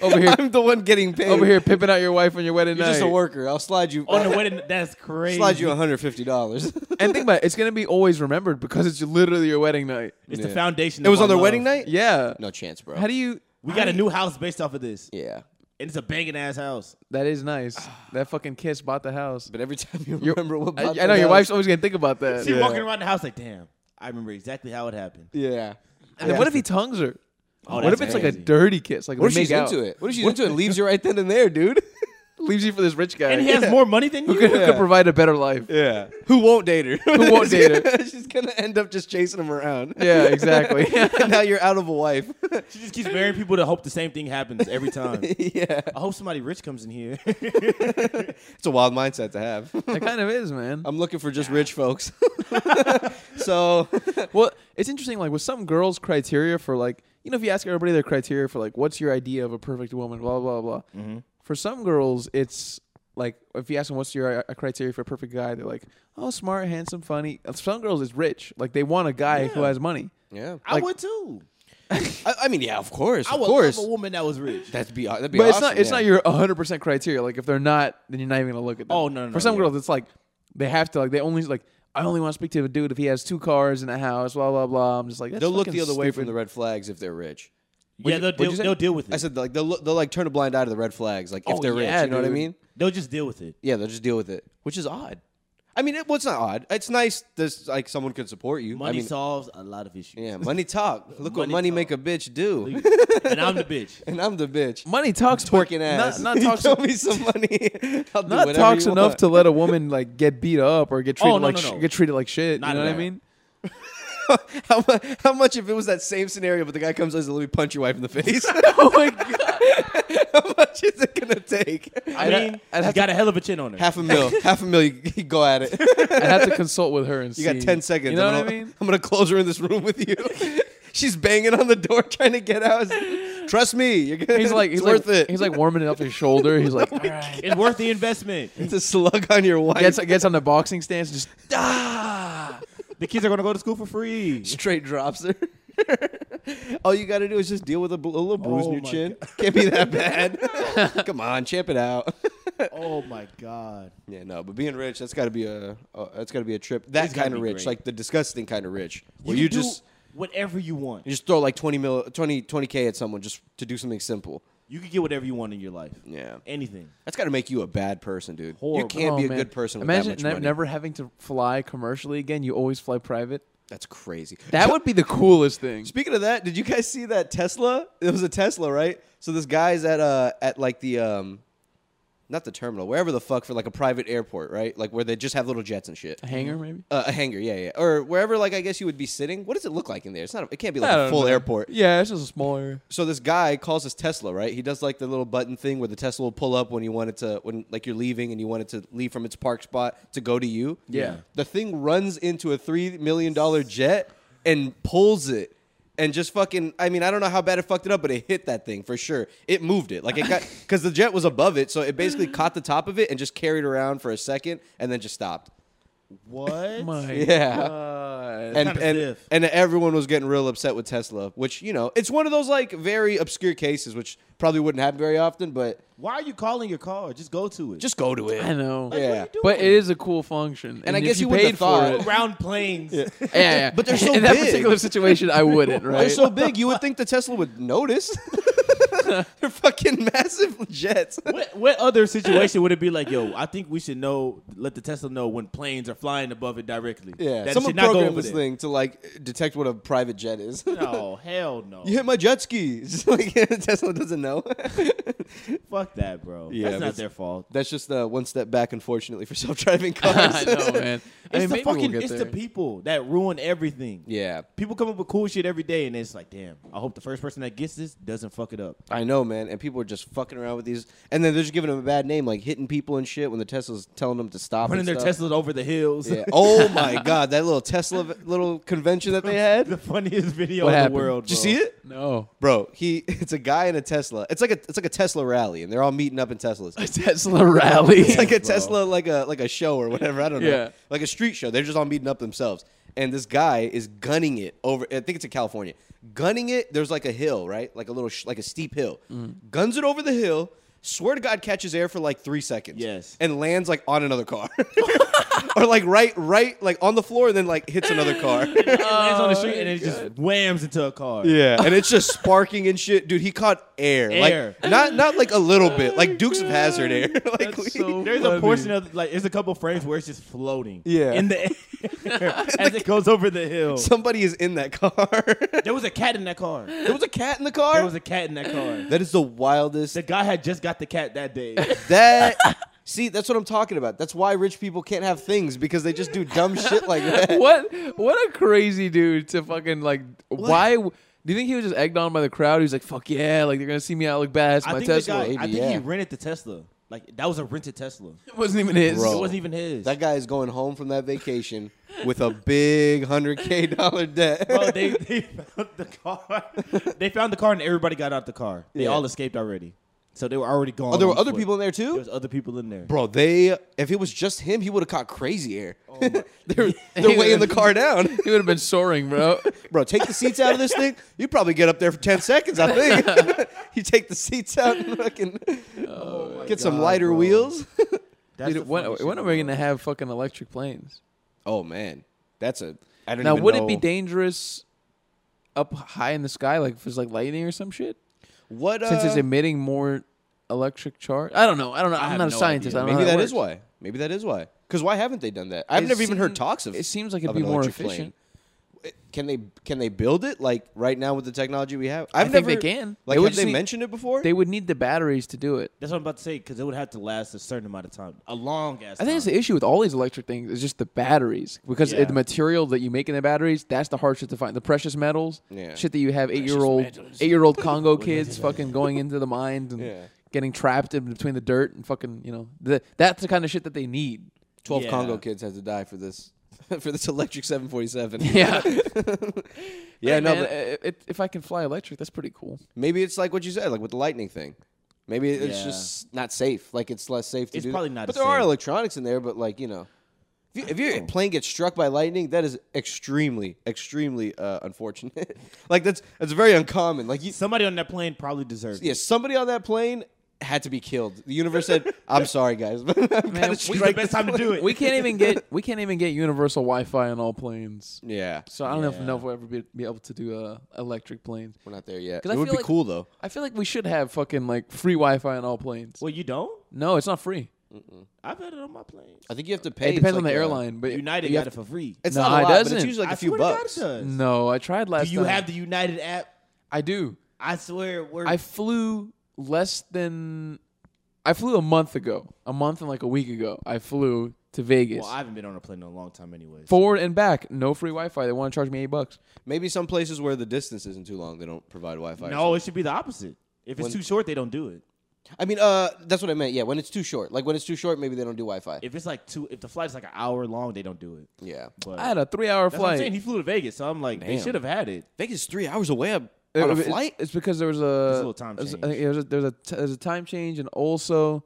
Speaker 1: Over here.
Speaker 2: I'm the one getting paid.
Speaker 1: Over here pimping out your wife on your wedding
Speaker 2: you're
Speaker 1: night.
Speaker 2: just a worker. I'll slide you.
Speaker 3: On the wedding, that's crazy.
Speaker 2: slide you one hundred fifty dollars.
Speaker 1: and think about it, it's gonna be always remembered because it's literally your wedding night.
Speaker 3: It's
Speaker 2: Yeah.
Speaker 3: the foundation.
Speaker 2: It was
Speaker 3: of
Speaker 2: on
Speaker 3: our
Speaker 2: their wedding
Speaker 3: love.
Speaker 2: night.
Speaker 1: Yeah.
Speaker 2: No chance, bro.
Speaker 1: How do you?
Speaker 3: We got a new house based off of this,
Speaker 2: yeah,
Speaker 3: and it's a banging ass house.
Speaker 1: That is nice. that fucking kiss bought the house.
Speaker 2: but every time you
Speaker 1: Your-
Speaker 2: remember what
Speaker 1: I,
Speaker 2: bought
Speaker 1: I
Speaker 2: that
Speaker 1: know your
Speaker 2: house-
Speaker 1: wife's always gonna think about that.
Speaker 3: She
Speaker 1: Yeah.
Speaker 3: walking around the house like, damn, I remember exactly how it happened.
Speaker 2: Yeah.
Speaker 1: And then what if he tongues her?
Speaker 3: Oh,
Speaker 1: what if it's
Speaker 3: that's
Speaker 1: like a
Speaker 3: crazy.
Speaker 1: dirty kiss? Like
Speaker 2: What if
Speaker 1: they
Speaker 2: she's
Speaker 1: make out,
Speaker 2: into it? What if she's into it? and Leaves you right then and there, dude.
Speaker 1: Leaves you for this rich guy
Speaker 3: And he has more money than
Speaker 1: who could, who
Speaker 3: you.
Speaker 1: could provide a better life.
Speaker 2: Yeah. Who won't date her? Who
Speaker 1: won't date
Speaker 2: her? she's gonna end up just chasing him around.
Speaker 1: Yeah, exactly.
Speaker 2: and now you're out of a wife.
Speaker 3: She just keeps marrying people to hope the same thing happens every time.
Speaker 2: yeah.
Speaker 3: I hope somebody rich comes in here.
Speaker 2: It's a wild mindset to have.
Speaker 1: It kind of is, man.
Speaker 2: I'm looking for just rich folks. so
Speaker 1: Well, it's interesting. Like with some girls' criteria for like, you know, if you ask everybody their criteria for like, what's your idea of a perfect woman? Blah blah blah.
Speaker 2: Mm-hmm.
Speaker 1: For some girls, it's like if you ask them what's your uh, criteria for a perfect guy, they're like, oh, smart, handsome, funny. Uh, Some girls it's rich. Like they want a guy who
Speaker 3: Yeah.
Speaker 1: has money.
Speaker 2: Yeah.
Speaker 3: I
Speaker 1: Like-
Speaker 3: would too.
Speaker 2: I, I mean, yeah, of course.
Speaker 3: I
Speaker 2: Of
Speaker 3: would
Speaker 2: course.
Speaker 3: love a woman that was rich.
Speaker 2: That'd be that'd be
Speaker 1: But it's
Speaker 2: awesome,
Speaker 1: not. It's
Speaker 2: yeah.
Speaker 1: not your 100 percent criteria. Like if they're not, then you're not even gonna look at them.
Speaker 3: Oh, no, no,
Speaker 1: For
Speaker 3: no,
Speaker 1: some
Speaker 3: yeah.
Speaker 1: girls, it's like they have to. Like they only like. I only want to speak to a dude if he has two cars and a house, blah blah blah. I'm just like, that's
Speaker 2: They'll look the
Speaker 1: fucking
Speaker 2: other way from
Speaker 1: stupid.
Speaker 2: the red flags if they're rich.
Speaker 3: yeah, they'll,
Speaker 1: what'd you
Speaker 3: deal,
Speaker 1: say?
Speaker 3: they'll deal with it.
Speaker 2: I said like they'll look, they'll like turn a blind eye to the red flags like if
Speaker 1: Oh,
Speaker 2: they're
Speaker 1: yeah,
Speaker 2: rich, you know what I
Speaker 1: dude.
Speaker 2: mean?
Speaker 3: they'll just deal with it.
Speaker 2: Yeah, they'll just deal with it, which is odd. I mean, it, well, it's not odd. It's nice that like someone could support you.
Speaker 3: Money
Speaker 2: I mean,
Speaker 3: solves a lot of issues.
Speaker 2: yeah, money talk. Look what money
Speaker 3: Money talk.
Speaker 2: make a bitch do,
Speaker 3: and I'm the bitch.
Speaker 2: and I'm the bitch.
Speaker 1: money talks, but
Speaker 2: Twerking
Speaker 1: not-
Speaker 2: ass.
Speaker 1: Not,
Speaker 2: You
Speaker 1: talks.
Speaker 2: Throw me some money. I'll do
Speaker 1: not
Speaker 2: whatever
Speaker 1: talks
Speaker 2: you
Speaker 1: enough
Speaker 2: want.
Speaker 1: to let a woman like get beat up or get
Speaker 3: Oh,
Speaker 1: treated
Speaker 3: no,
Speaker 1: like
Speaker 3: no,
Speaker 1: sh-
Speaker 3: no.
Speaker 1: get treated like shit.
Speaker 3: Not
Speaker 1: you know what I
Speaker 3: enough.
Speaker 1: mean?
Speaker 2: how, mu- how much if it was that same scenario, but the guy comes and says, "Let me punch your wife in the face."
Speaker 1: oh my god!
Speaker 2: how much is it gonna take?
Speaker 3: I
Speaker 1: I'd-
Speaker 3: mean,
Speaker 1: I'd
Speaker 3: she's
Speaker 1: have
Speaker 3: got a hell of a chin on her.
Speaker 2: Half a mil. half a mil. You, you go at it.
Speaker 1: I have to consult with her and
Speaker 2: You
Speaker 1: see.
Speaker 2: got ten seconds.
Speaker 1: You know
Speaker 2: I'm
Speaker 1: what I
Speaker 2: gonna,
Speaker 1: mean?
Speaker 2: I'm gonna close her in this room with you. She's banging on the door trying to get out. Trust me, you're gonna.
Speaker 1: He's like,
Speaker 2: it's
Speaker 1: he's like,
Speaker 2: worth it.
Speaker 1: he's like warming it up his shoulder. He's like,
Speaker 3: It's worth the investment.
Speaker 2: it's a slug on your wife.
Speaker 1: gets gets on the boxing stance, just
Speaker 2: ah,
Speaker 3: The kids are gonna go to school for free.
Speaker 2: straight drops her. All you gotta do is just deal with a, bl- a little bruise in
Speaker 3: Oh
Speaker 2: your
Speaker 3: my
Speaker 2: chin. Can't be that bad. Come on, champ it out.
Speaker 3: Oh my god.
Speaker 2: yeah, no, but being rich, that's gotta be a uh, that's gotta be a trip. That
Speaker 3: It's gotta
Speaker 2: kind of
Speaker 3: be
Speaker 2: rich,
Speaker 3: great.
Speaker 2: like the disgusting kind of rich, where
Speaker 3: can
Speaker 2: you,
Speaker 3: do
Speaker 2: just
Speaker 3: whatever you want.
Speaker 2: you just throw like 20 mil, 20 k at someone just to do something simple.
Speaker 3: You can get whatever you want in your life.
Speaker 2: Yeah.
Speaker 3: Anything.
Speaker 2: That's got to make you a bad person, dude. You
Speaker 3: Horrible.
Speaker 2: can't
Speaker 1: oh,
Speaker 2: be a
Speaker 1: man.
Speaker 2: good person with
Speaker 1: Imagine
Speaker 2: that much
Speaker 1: ne-
Speaker 2: money.
Speaker 1: never having to fly commercially again. You always fly private.
Speaker 2: That's crazy.
Speaker 1: That would be the coolest thing.
Speaker 2: Speaking of that, did you guys see that Tesla? It was a Tesla, right? So this guy's at uh at like the um not the terminal, wherever the fuck for like a private airport, right? Like where they just have little jets and shit.
Speaker 1: A hangar, maybe.
Speaker 2: Uh, a hangar, yeah, yeah, or wherever. Like I guess you would be sitting. What does it look like in there? It's not. A, it can't be like
Speaker 1: I
Speaker 2: a
Speaker 1: don't
Speaker 2: full
Speaker 1: know.
Speaker 2: airport.
Speaker 1: Yeah, it's just a small area.
Speaker 2: So this guy calls his Tesla, right? He does like the little button thing where the Tesla will pull up when you want it to, when like you're leaving and you want it to leave from its park spot to go to you.
Speaker 1: Yeah.
Speaker 2: The thing runs into a three million dollar jet and pulls it and just fucking. I mean, I don't know how bad it fucked it up, but it hit that thing for sure. It moved it like it got because the jet was above it, so it basically caught the top of it and just carried around for a second and then just stopped.
Speaker 3: What?
Speaker 1: My
Speaker 2: Yeah.
Speaker 1: God.
Speaker 2: and
Speaker 3: kinda
Speaker 2: and,
Speaker 3: stiff.
Speaker 2: and everyone was getting real upset with Tesla, which you know it's one of those like very obscure cases, which probably wouldn't happen very often. But
Speaker 3: Why are you calling your car? Just go to it.
Speaker 2: just go to it.
Speaker 1: I know.
Speaker 2: Like, what are you
Speaker 1: But
Speaker 3: doing?
Speaker 1: it is a cool function. And,
Speaker 2: I
Speaker 1: if
Speaker 2: guess
Speaker 1: you
Speaker 2: you wouldn't
Speaker 1: paid
Speaker 2: have
Speaker 1: for
Speaker 2: thought.
Speaker 1: it.
Speaker 3: round planes.
Speaker 1: Yeah, yeah.
Speaker 2: But they're so
Speaker 1: In that
Speaker 2: big.
Speaker 1: particular situation, I wouldn't, right?
Speaker 2: They're so big, you would think the Tesla would notice. They're fucking massive jets.
Speaker 3: What, what other situation would it be like? Yo, I think we should know. Let the Tesla know when planes are flying above it directly.
Speaker 2: Yeah,
Speaker 3: that
Speaker 2: someone
Speaker 3: should not go
Speaker 2: programmed
Speaker 3: over
Speaker 2: this
Speaker 3: there.
Speaker 2: thing to like detect what a private jet is.
Speaker 3: No, hell no.
Speaker 2: you hit my jet ski. It's just like Tesla doesn't know.
Speaker 3: Fuck that, bro.
Speaker 2: Yeah,
Speaker 3: That's
Speaker 2: that's-
Speaker 3: not their fault.
Speaker 2: That's just uh, one step back, unfortunately, for self-driving
Speaker 1: I
Speaker 2: cars.
Speaker 1: know, man. I mean,
Speaker 3: It's
Speaker 1: maybe
Speaker 3: the
Speaker 1: we'll
Speaker 3: fucking.
Speaker 1: get
Speaker 3: it's
Speaker 1: there.
Speaker 3: the people that ruin everything.
Speaker 2: yeah,
Speaker 3: People come up with cool shit every day, and it's like, damn. I hope the first person that gets this doesn't fuck it up.
Speaker 2: I know, man. And people are just fucking around with these, and then they're just giving them a bad name, like hitting people and shit when the Tesla's telling them to stop.
Speaker 3: Running
Speaker 2: and
Speaker 3: their
Speaker 2: stuff.
Speaker 3: Teslas over the hills.
Speaker 2: Yeah. Oh my god, that little Tesla v- little convention that they had.
Speaker 3: the funniest video
Speaker 1: What
Speaker 3: in
Speaker 1: happened?
Speaker 3: the world.
Speaker 2: Did you
Speaker 3: bro.
Speaker 2: see it?
Speaker 1: no.
Speaker 2: Bro, he it's a guy in a Tesla. It's like a it's like a Tesla rally, and they're all meeting up in Teslas.
Speaker 1: A Tesla rally.
Speaker 2: It's like a
Speaker 3: bro.
Speaker 2: Tesla, like a like a show or whatever. I don't know,
Speaker 1: Yeah.
Speaker 2: like a street show. They're just all meeting up themselves, and this guy is gunning it over. I think it's in California. Gunning it. There's like a hill, right? Like a little, sh- like a steep hill. Guns it over the hill. Swear to God, catches air for like three seconds.
Speaker 3: Yes.
Speaker 2: and lands like on another car, or like right, right, like on the floor, and then like hits another car.
Speaker 1: Oh,
Speaker 3: It lands on the street and it just whams into a car.
Speaker 2: Yeah, and it's just sparking and shit, dude. He caught air,
Speaker 3: Air.
Speaker 2: like not not like a little bit, like Dukes of Hazard air. like
Speaker 1: That's so
Speaker 3: There's
Speaker 1: funny.
Speaker 3: a portion of like there's a couple frames where it's just floating.
Speaker 2: Yeah.
Speaker 3: In the air as it goes over the hill.
Speaker 2: somebody is in that car.
Speaker 3: There was a cat in that car.
Speaker 2: There was a cat in the car.
Speaker 3: There was a cat in that car.
Speaker 2: that is the wildest.
Speaker 3: The guy had just got the cat that day.
Speaker 2: That see, that's what I'm talking about. That's why rich people can't have things because they just do dumb shit like that.
Speaker 1: what? What a crazy dude to fucking like. Why? Do you think he was just egged on by the crowd? He's like, "Fuck yeah!" Like they're gonna see me out look bad. It's
Speaker 3: I
Speaker 1: my
Speaker 3: think
Speaker 1: Tesla.
Speaker 3: the guy, I
Speaker 2: maybe,
Speaker 3: think he
Speaker 2: yeah.
Speaker 3: rented the Tesla. Like that was a rented Tesla.
Speaker 1: it wasn't even his.
Speaker 2: Bro.
Speaker 3: It wasn't even his.
Speaker 2: That guy is going home from that vacation with a big hundred k dollar debt.
Speaker 3: Bro, they, they found the car. they found the car and everybody got out the car. They
Speaker 2: Yeah.
Speaker 3: all escaped already. So they were already gone.
Speaker 2: oh, there
Speaker 3: on
Speaker 2: were other
Speaker 3: foot.
Speaker 2: people in there
Speaker 3: There
Speaker 2: too.
Speaker 3: was other people in there.
Speaker 2: Bro, they if it was just him, he would have caught crazy air.
Speaker 3: my-
Speaker 2: they're they're weighing the car down.
Speaker 1: He would have been soaring, bro.
Speaker 2: Bro, take the seats out of this thing. You probably get up there for ten seconds. I think you take the seats out and fucking get some
Speaker 3: Oh God,
Speaker 2: lighter
Speaker 3: bro.
Speaker 2: wheels.
Speaker 3: That's
Speaker 1: Dude,
Speaker 3: the
Speaker 1: when,
Speaker 3: funniest
Speaker 1: when
Speaker 3: shit
Speaker 1: are we
Speaker 3: in the
Speaker 1: gonna have fucking electric planes?
Speaker 2: Oh man, that's a. I don't
Speaker 1: Now,
Speaker 2: even
Speaker 1: would
Speaker 2: know.
Speaker 1: it be dangerous up high in the sky, like if it's like lightning or some shit,
Speaker 2: What
Speaker 1: since it's
Speaker 2: uh,
Speaker 1: emitting more electric charge? I don't know. I don't know. I'm
Speaker 3: have
Speaker 1: not a
Speaker 3: no
Speaker 1: scientist.
Speaker 3: idea.
Speaker 1: I don't
Speaker 2: Maybe
Speaker 1: know. how
Speaker 2: that is why.
Speaker 1: works.
Speaker 2: Maybe that is why. Because why haven't they done that? I've
Speaker 1: It
Speaker 2: never even heard
Speaker 1: seem-
Speaker 2: talks of.
Speaker 1: It seems like it'd
Speaker 2: of
Speaker 1: be
Speaker 2: an
Speaker 1: more
Speaker 2: electric plane.
Speaker 1: efficient.
Speaker 2: Can they can they build it like right now with the technology we have? I've
Speaker 1: think
Speaker 2: never
Speaker 1: they can. They
Speaker 2: Like
Speaker 1: would
Speaker 2: have
Speaker 1: just
Speaker 2: they
Speaker 1: need-
Speaker 2: mentioned it before?
Speaker 1: They would need the batteries to do it.
Speaker 3: That's what I'm about to say because it would have to last a certain amount of time, a long ass.
Speaker 1: I think it's
Speaker 3: time.
Speaker 1: the issue with all these electric things is just the batteries because
Speaker 3: Yeah.
Speaker 1: the material that you make in the batteries that's the hard shit to find the precious metals
Speaker 2: Yeah.
Speaker 1: shit that you have eight year old eight year old Congo kids fucking going into the mines and
Speaker 2: Yeah.
Speaker 1: getting trapped in between the dirt and fucking you know the, that's the kind of shit that they need
Speaker 2: Twelve
Speaker 3: Yeah.
Speaker 2: Congo kids had to die for this for this electric seven forty seven.
Speaker 1: yeah
Speaker 2: yeah, no,
Speaker 1: Hey, man,
Speaker 2: but
Speaker 1: i- i- if I can fly electric that's pretty cool
Speaker 2: maybe it's like what you said, like with the lightning thing. Maybe it's
Speaker 3: Yeah.
Speaker 2: just not safe. Like it's less safe to
Speaker 3: It's
Speaker 2: do. that.
Speaker 3: probably not
Speaker 2: But there are
Speaker 3: safe.
Speaker 2: electronics in there. But like you know, if, you, if your plane gets struck by lightning, that is extremely, extremely uh, unfortunate. like that's that's very uncommon. Like you,
Speaker 3: Somebody on that plane probably deserves.
Speaker 2: yeah,
Speaker 3: it.
Speaker 2: somebody on that plane had to be killed. The universe said, "I'm sorry, guys." but I've gotta
Speaker 1: Man, we-
Speaker 3: When's
Speaker 2: strike
Speaker 3: the best
Speaker 2: this
Speaker 3: time to do it.
Speaker 1: we can't even get we can't even get universal Wi-Fi on all planes
Speaker 2: plane." Yeah,
Speaker 1: so I don't know if-
Speaker 3: Yeah.
Speaker 1: know if we'll ever be, be able to do uh, electric planes
Speaker 2: we're not there yet.
Speaker 1: 'Cause I
Speaker 2: It would
Speaker 1: feel
Speaker 2: be
Speaker 1: like-
Speaker 2: cool though.
Speaker 1: I feel like we should have fucking like free Wi-Fi on all planes
Speaker 3: Well, you don't.
Speaker 1: no it's not free
Speaker 3: I've had it on my plane.
Speaker 2: I think you have to pay.
Speaker 1: it
Speaker 2: It's
Speaker 1: depends on
Speaker 2: like
Speaker 1: the
Speaker 2: a-
Speaker 1: airline, but
Speaker 3: United
Speaker 2: you
Speaker 3: got
Speaker 2: have
Speaker 3: it for free.
Speaker 2: It's
Speaker 1: No,
Speaker 2: not a
Speaker 1: it
Speaker 2: lot, but it's
Speaker 1: doesn't.
Speaker 2: usually like
Speaker 3: I
Speaker 2: a few
Speaker 3: swear to God
Speaker 2: bucks.
Speaker 3: it does.
Speaker 1: No, I tried last.
Speaker 3: Do you
Speaker 1: time.
Speaker 3: have the United app?
Speaker 1: I do.
Speaker 3: I swear, we're
Speaker 1: I flew less than. I flew a month ago. A month and like a week ago, I flew to Vegas.
Speaker 3: well, I haven't been on a plane in a long time, anyways.
Speaker 1: Forward and back, no free Wi-Fi. They want to charge me eight bucks.
Speaker 2: Maybe some places where the distance isn't too long, they don't provide Wi-Fi. or
Speaker 3: no, it should be the opposite. If it's too short, they don't do it.
Speaker 2: I mean, uh, that's what I meant. Yeah, when it's too short. Like when it's too short, maybe they don't do Wi-Fi.
Speaker 3: If it's like two, if the flight's like an hour long, they don't do it.
Speaker 2: yeah,
Speaker 3: But
Speaker 1: I had a three-hour
Speaker 3: that's what I'm saying.
Speaker 1: flight.
Speaker 3: He flew to Vegas, so I'm like, they
Speaker 2: Damn.
Speaker 3: should have had it.
Speaker 2: Vegas is three hours away on
Speaker 1: It-
Speaker 2: on a
Speaker 1: it-
Speaker 2: flight.
Speaker 1: It's because there was a,
Speaker 3: little time
Speaker 1: there's- I
Speaker 3: change.
Speaker 1: think There was a, there was a t- there was a time change, and also,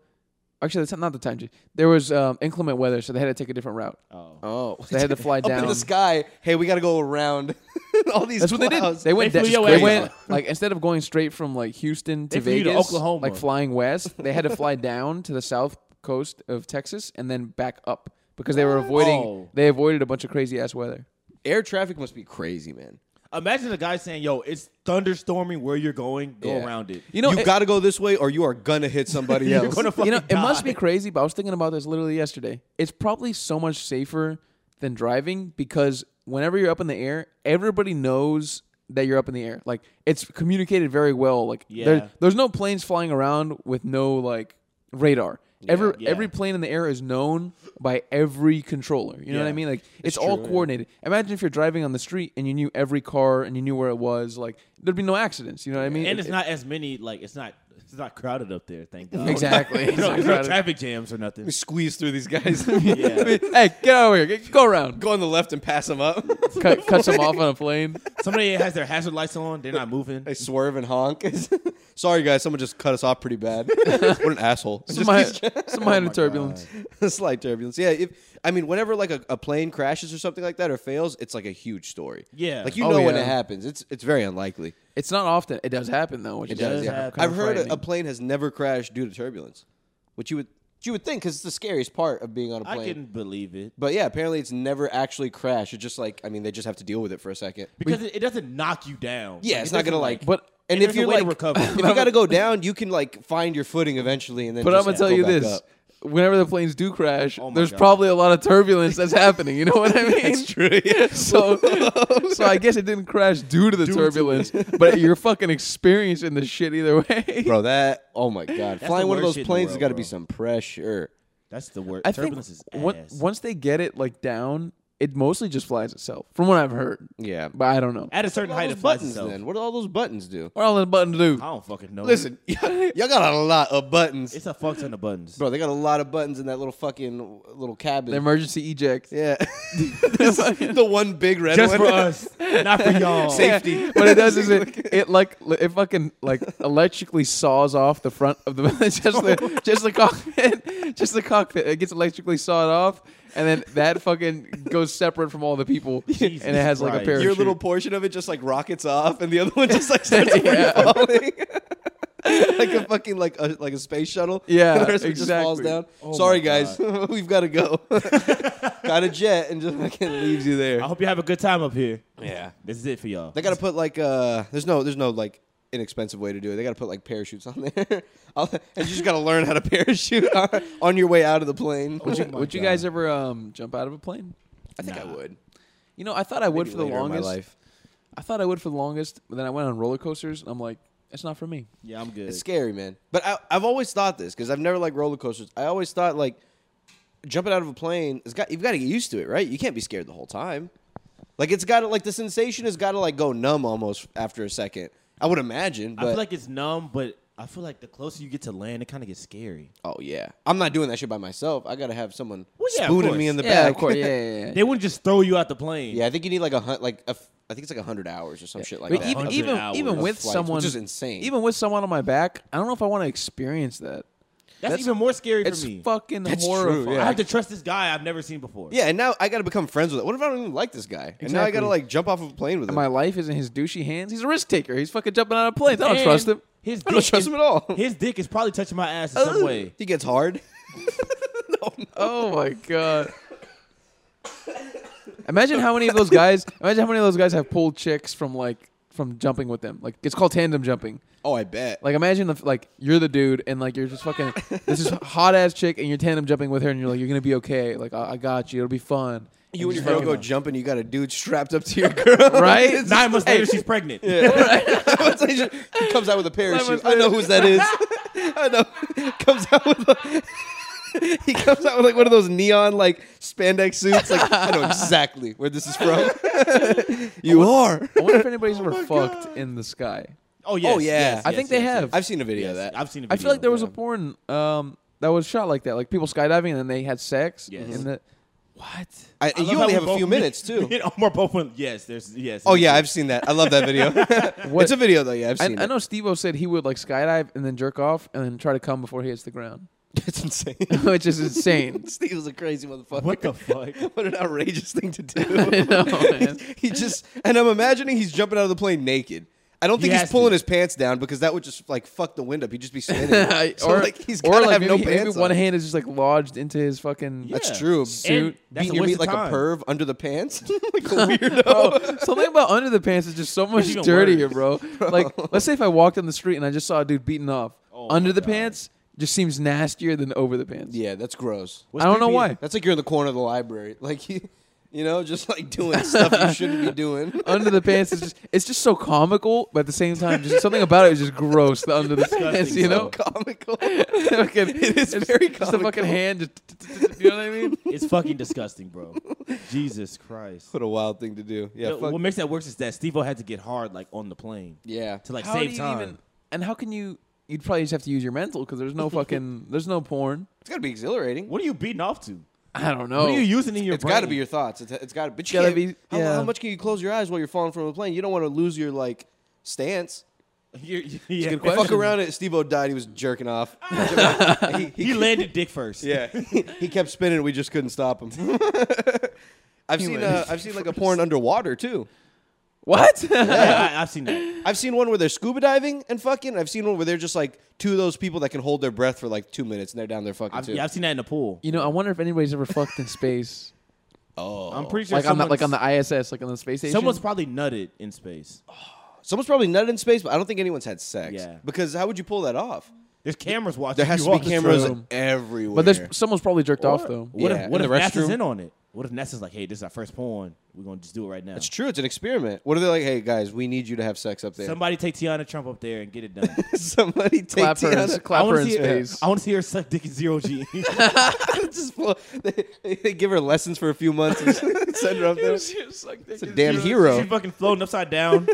Speaker 1: actually, that's not the time change. There was um, inclement weather, so they had to take a different route.
Speaker 3: Oh,
Speaker 2: Oh,
Speaker 1: They had to fly
Speaker 2: up in
Speaker 1: down.
Speaker 2: the sky. Hey, we got to go around all these.
Speaker 1: That's what they did.
Speaker 2: clouds.
Speaker 1: They went.
Speaker 3: They
Speaker 1: They,
Speaker 3: flew your
Speaker 1: they
Speaker 3: ass
Speaker 1: went
Speaker 3: off.
Speaker 1: like instead of going straight from like Houston to
Speaker 3: They flew you to
Speaker 1: Vegas,
Speaker 3: Oklahoma.
Speaker 1: like flying west, they had to fly down to the south coast of Texas and then back up because they were avoiding.
Speaker 3: Oh.
Speaker 1: They avoided a bunch of crazy ass weather.
Speaker 2: Air traffic must be crazy, man.
Speaker 3: imagine the guy saying, "Yo, it's thunderstorming where you're going. Go
Speaker 2: Yeah.
Speaker 3: around it."
Speaker 1: You know, eh,
Speaker 2: you
Speaker 1: it-
Speaker 2: got to go this way, or you are gonna hit somebody else.
Speaker 3: gonna
Speaker 1: you know,
Speaker 3: fucking
Speaker 1: it must be
Speaker 3: die.
Speaker 1: crazy, but I was thinking about this literally yesterday. It's probably so much safer than driving because whenever you're up in the air, everybody knows that you're up in the air. Like it's communicated very well. Like
Speaker 3: Yeah.
Speaker 1: there, there's no planes flying around with no like radar. every
Speaker 3: yeah.
Speaker 1: every plane in the air is known by every controller. You know what I
Speaker 3: Yeah.
Speaker 1: mean? Like it's, all coordinated. Imagine if you're driving on the street and you knew every car and you knew where it was. Like there'd be no accidents. You know what I mean?
Speaker 3: and
Speaker 1: It-
Speaker 3: it's not as many. Like it's not. It's not crowded up there. Thank God.
Speaker 1: Exactly.
Speaker 3: no,
Speaker 1: It's
Speaker 3: there's no
Speaker 1: not-
Speaker 3: traffic jams or nothing.
Speaker 2: squeeze through these guys.
Speaker 3: Yeah.
Speaker 1: hey, get over here. Get- Go around.
Speaker 2: go on the left and pass them up.
Speaker 1: Cut, cuts them off on a plane.
Speaker 3: Somebody has their hazard lights on. They're not moving.
Speaker 2: they swerve and honk. Sorry, guys, someone just cut us off pretty bad. what an asshole.
Speaker 1: some minor, some minor turbulence.
Speaker 2: Slight turbulence. Yeah, if I mean, whenever like a, a plane crashes or something like that or fails, it's like a huge story.
Speaker 3: Yeah.
Speaker 2: like you
Speaker 1: Oh,
Speaker 2: know when
Speaker 1: yeah.
Speaker 2: it happens. It's it's very unlikely.
Speaker 1: It's not often. It does happen though. Which it
Speaker 3: does happen.
Speaker 2: I've heard a, a plane has never crashed due to turbulence, which you would you would think because it's the scariest part of being on a
Speaker 3: I
Speaker 2: plane.
Speaker 3: couldn't believe it
Speaker 2: But yeah, apparently it's never actually crashed. It's just like I mean, they just have to deal with it for a second.
Speaker 3: because it, it doesn't knock you down.
Speaker 2: Yeah,
Speaker 3: Like,
Speaker 2: it's
Speaker 3: it
Speaker 2: not gonna
Speaker 3: doesn't,
Speaker 2: like.
Speaker 1: But-
Speaker 2: and,
Speaker 3: and
Speaker 2: if
Speaker 3: there's a
Speaker 2: you're
Speaker 3: way to
Speaker 2: like,
Speaker 3: recover.
Speaker 2: if you gotta go down, you can like find your footing eventually, and then.
Speaker 1: But I'm
Speaker 2: just
Speaker 1: gonna tell
Speaker 2: go
Speaker 1: you
Speaker 2: back
Speaker 1: this:
Speaker 2: up.
Speaker 1: whenever the planes do crash,
Speaker 3: my
Speaker 1: there's
Speaker 3: God.
Speaker 1: probably a lot of turbulence that's happening. You know what I mean? That's true. so, so I guess it didn't crash due to the turbulence, but you're fucking experiencing the shit either way.
Speaker 2: bro. That oh my god,
Speaker 3: the
Speaker 2: flying one of
Speaker 3: worst
Speaker 2: those
Speaker 3: shit in the
Speaker 2: planes has
Speaker 3: world,
Speaker 2: got to
Speaker 3: bro.
Speaker 2: be some pressure.
Speaker 3: that's the word.
Speaker 1: I think
Speaker 3: Turbulence is
Speaker 1: on-
Speaker 3: ass.
Speaker 1: once they get it like down, it mostly just flies itself, from what I've heard.
Speaker 2: Yeah.
Speaker 1: but I don't know.
Speaker 3: At a certain
Speaker 2: What all
Speaker 3: height,
Speaker 2: those
Speaker 3: it flies
Speaker 2: buttons
Speaker 3: itself.
Speaker 2: then? What do all those buttons do?
Speaker 1: What all the button to do?
Speaker 3: I don't fucking know.
Speaker 2: Listen, y'all got a lot of buttons,
Speaker 3: it's a fuck ton of buttons.
Speaker 2: bro. They got a lot of buttons in that little fucking little cabin.
Speaker 1: The emergency eject.
Speaker 2: yeah, This is the one big red
Speaker 3: Just
Speaker 2: one
Speaker 3: for us, not for y'all.
Speaker 2: Safety.
Speaker 1: what it does is it it like it fucking like electrically saws off the front of the just the just the cockpit just the cockpit it gets electrically sawed off and then that fucking goes separate from all the people
Speaker 3: Jesus
Speaker 1: and it has like a
Speaker 3: Christ.
Speaker 1: parachute.
Speaker 2: Your little portion of it just like rockets off, and the other one just like starts free
Speaker 1: Yeah.
Speaker 2: falling. like a fucking like a like a space shuttle.
Speaker 1: Yeah,
Speaker 2: the rest of it just falls
Speaker 1: exactly.
Speaker 2: down.
Speaker 3: Oh
Speaker 2: Sorry
Speaker 3: my
Speaker 2: guys, we've got to go. got a jet and just fucking leaves you there.
Speaker 3: I hope you have a good time up here.
Speaker 2: Yeah,
Speaker 3: This is it for y'all.
Speaker 2: they got to put like uh, there's no there's no like inexpensive way to do it. They got to put like parachutes on there, I'll- and you just got to learn how to parachute on, on your way out of the plane.
Speaker 1: would you, would you guys ever um, jump out of a plane?
Speaker 2: I think I
Speaker 3: Nah.
Speaker 2: would.
Speaker 1: You know, I thought I would for the
Speaker 2: Later in my
Speaker 1: longest.
Speaker 2: life.
Speaker 1: I thought I would for the longest, but then I went on roller coasters and I'm like, it's not for me.
Speaker 3: yeah, I'm good.
Speaker 2: It's scary, man. But I, I've always thought this because I've never liked roller coasters. I always thought like jumping out of a plane, it's got you've got to get used to it, right? You can't be scared the whole time. Like it's got to like the sensation has got to like go numb almost after a second. I would imagine,
Speaker 3: I
Speaker 2: but
Speaker 3: feel like it's numb, but I feel like the closer you get to land, it kind of gets scary.
Speaker 2: oh yeah, I'm not doing that shit by myself. I got to have someone
Speaker 3: Well, yeah, of
Speaker 2: spooning me
Speaker 3: course.
Speaker 2: in the
Speaker 1: yeah,
Speaker 2: back.
Speaker 1: of course. Yeah, yeah, yeah.
Speaker 3: They wouldn't just throw you out the plane.
Speaker 2: yeah, I think you need like a hun- like a f- I think it's like a hundred hours or some shit like
Speaker 1: But
Speaker 2: that.
Speaker 1: even
Speaker 3: Hundred
Speaker 1: even,
Speaker 3: hours
Speaker 1: even
Speaker 3: of
Speaker 1: with
Speaker 2: flights,
Speaker 1: someone
Speaker 2: which is insane.
Speaker 1: Even with someone on my back, I don't know if I want to experience that.
Speaker 3: that's, even more scary
Speaker 1: It's
Speaker 3: for me.
Speaker 1: fucking
Speaker 2: That's true,
Speaker 1: horrifying.
Speaker 2: yeah.
Speaker 3: I have to trust this guy I've never seen before.
Speaker 2: yeah, and now I got to become friends with it. What if I don't even like this guy? And now I got to
Speaker 1: Exactly.
Speaker 2: like jump off of a plane with him.
Speaker 1: My life is in his douchey hands. He's a risk taker. He's fucking jumping out of planes. I don't
Speaker 3: And
Speaker 1: trust him.
Speaker 3: His
Speaker 2: I don't
Speaker 3: dick
Speaker 2: trust
Speaker 3: is-
Speaker 2: him at all. Uh,
Speaker 3: His dick is probably touching my ass in some way.
Speaker 2: He gets hard.
Speaker 1: Oh my god. imagine how many of those guys. Imagine how many of those guys have pulled chicks from like from jumping with them. Like it's called tandem jumping.
Speaker 2: Oh, I bet.
Speaker 1: Like imagine if like you're the dude and like you're just fucking this is hot ass chick and you're tandem jumping with her and you're like you're gonna be okay. Like I, I got you. It'll be fun.
Speaker 2: You and
Speaker 1: just
Speaker 2: your girl
Speaker 1: fucking-
Speaker 2: go jumping. You got a dude strapped up to your girl,
Speaker 1: Right?
Speaker 3: Nine months later, she's pregnant.
Speaker 2: he comes out with a parachute.
Speaker 1: Lemon-
Speaker 2: I know whose that is. I know. Comes out with. A, he comes out with like one of those neon like spandex suits. Like I know exactly where this is from. you are.
Speaker 1: Oh, I wonder if anybody's ever fucked in the sky.
Speaker 3: Oh yes,
Speaker 2: Oh, yeah.
Speaker 3: yes,
Speaker 2: I
Speaker 1: think
Speaker 3: yes,
Speaker 1: they
Speaker 3: yes,
Speaker 1: have.
Speaker 2: I've seen a video
Speaker 3: yes.
Speaker 2: of that.
Speaker 3: I've seen. A
Speaker 1: I
Speaker 3: video,
Speaker 1: feel like there was
Speaker 3: yeah.
Speaker 1: a porn um, that was shot like that, like people skydiving and then they had sex.
Speaker 3: Yes.
Speaker 1: And the, what?
Speaker 2: I,
Speaker 3: I
Speaker 2: and
Speaker 3: love
Speaker 2: you
Speaker 3: how
Speaker 2: only
Speaker 3: we
Speaker 2: have a
Speaker 3: both-
Speaker 2: few minutes too.
Speaker 3: Me and Omar both went, yes, there's yes.
Speaker 2: Oh yeah, I've seen that. I love that video.
Speaker 1: What-
Speaker 2: it's a video though. Yeah, I've
Speaker 1: I,
Speaker 2: seen.
Speaker 1: I know Steve-O said he would like skydive and then jerk off and then try to come before he hits the ground,
Speaker 2: it. it's insane.
Speaker 1: which is insane.
Speaker 2: Steve was a crazy motherfucker.
Speaker 3: What the fuck?
Speaker 2: What an outrageous thing to do.
Speaker 1: I know, man.
Speaker 2: he just and I'm imagining he's jumping out of the plane naked. I don't think
Speaker 3: He
Speaker 2: he's
Speaker 3: has to.
Speaker 2: pulling his pants down because that would just like fuck the wind up. He'd just be spinning. so, like he's gotta have
Speaker 1: maybe,
Speaker 2: no
Speaker 1: maybe
Speaker 2: pants.
Speaker 1: one
Speaker 2: on.
Speaker 1: hand is just like lodged into his fucking.
Speaker 2: That's
Speaker 3: Yeah.
Speaker 2: true.
Speaker 3: And that's
Speaker 2: beating
Speaker 3: a
Speaker 2: your
Speaker 3: waste
Speaker 2: meat
Speaker 3: of
Speaker 2: like
Speaker 3: time.
Speaker 2: a perv under the pants, like a weirdo.
Speaker 1: Bro, something about under the pants is just so much
Speaker 3: even
Speaker 1: dirtier, bro. Like, let's say if I walked down the street and I just saw a dude beating off,
Speaker 3: Oh my
Speaker 1: under the
Speaker 3: God.
Speaker 1: pants just seems nastier than over the pants.
Speaker 2: Yeah, that's gross.
Speaker 1: I don't know
Speaker 3: creepy is-
Speaker 1: why.
Speaker 2: That's like you're in the corner of the library, like you, you know, just like doing stuff you shouldn't be doing.
Speaker 1: under the pants is just it's just so comical, but at the same time, just something about it is just gross. The under the pants, you know.
Speaker 2: comical.
Speaker 1: Fucking-
Speaker 2: It is
Speaker 1: it's
Speaker 2: very
Speaker 1: Just a fucking
Speaker 2: comical.
Speaker 1: hand. Just, you know what I mean?
Speaker 3: It's fucking disgusting, bro. Jesus Christ.
Speaker 2: What a wild thing to do. Yeah,
Speaker 3: Yo,
Speaker 2: fuck.
Speaker 3: what makes that worse is that Steve-O had to get hard like on the plane
Speaker 2: yeah.
Speaker 3: to like
Speaker 1: How do
Speaker 3: save
Speaker 1: you
Speaker 3: time.
Speaker 1: even? And how can you? You'd probably just have to use your mental because there's no fucking there's no porn.
Speaker 2: It's gotta be exhilarating.
Speaker 3: What are you beating off to?
Speaker 1: I don't know.
Speaker 3: What are you using in your
Speaker 2: Oh, It's
Speaker 3: brain?
Speaker 2: got to be your thoughts. It's, it's got to. But you
Speaker 1: Gotta
Speaker 2: can't.
Speaker 1: be-
Speaker 2: how,
Speaker 1: yeah.
Speaker 2: how much can you close your eyes while you're falling from a plane? You don't want to lose your like stance.
Speaker 3: your yeah.
Speaker 1: good
Speaker 2: Fuck
Speaker 1: Question.
Speaker 2: around it. Steve O died. He was jerking off. he, he-
Speaker 3: He landed dick first.
Speaker 2: yeah. He, he kept spinning. We just couldn't stop him. I've
Speaker 1: He
Speaker 2: seen.
Speaker 1: landed
Speaker 2: Uh, I've seen like a porn underwater too.
Speaker 1: what?
Speaker 3: Yeah, I, I've seen that.
Speaker 2: I've seen one where they're scuba diving and fucking. I've seen one where they're just like two of those people that can hold their breath for like two minutes and they're down there fucking
Speaker 3: I've,
Speaker 2: too.
Speaker 3: yeah, I've seen that in the pool.
Speaker 1: you know, I wonder if anybody's ever fucked in space,
Speaker 2: oh,
Speaker 3: I'm pretty sure
Speaker 1: like on the like on
Speaker 3: someone's-
Speaker 1: the ISS, like on the space station.
Speaker 3: someone's probably nutted in space.
Speaker 2: someone's probably nutted in space, but I don't think anyone's had sex.
Speaker 3: Yeah.
Speaker 2: because how would you pull that off?
Speaker 3: There's cameras watching.
Speaker 2: There has
Speaker 3: you
Speaker 2: to be
Speaker 3: walk the
Speaker 2: cameras
Speaker 3: street.
Speaker 2: everywhere.
Speaker 1: but there's someone's probably jerked off
Speaker 3: Or-
Speaker 1: though.
Speaker 3: What
Speaker 2: Yeah,
Speaker 3: if what
Speaker 2: in
Speaker 3: if
Speaker 2: the
Speaker 3: NASA's
Speaker 2: restroom.
Speaker 3: in on it? What if NASA's like, hey, this is our first porn. We're gonna just do it right now.
Speaker 2: It's true. It's an experiment. What are they like? Hey guys, we need you to have sex up there.
Speaker 3: Somebody take Tiana Trump up there and get it done.
Speaker 2: Somebody take
Speaker 1: Clap her, in-
Speaker 2: Tiana-
Speaker 1: clap
Speaker 3: I
Speaker 1: her
Speaker 3: wanna
Speaker 1: in
Speaker 3: see her-
Speaker 1: space.
Speaker 3: I want to see her suck dick in zero G.
Speaker 2: Just pull- they, they give her lessons for a few months and send her up there.
Speaker 1: It's
Speaker 2: a damn hero.
Speaker 3: She fucking floating upside down,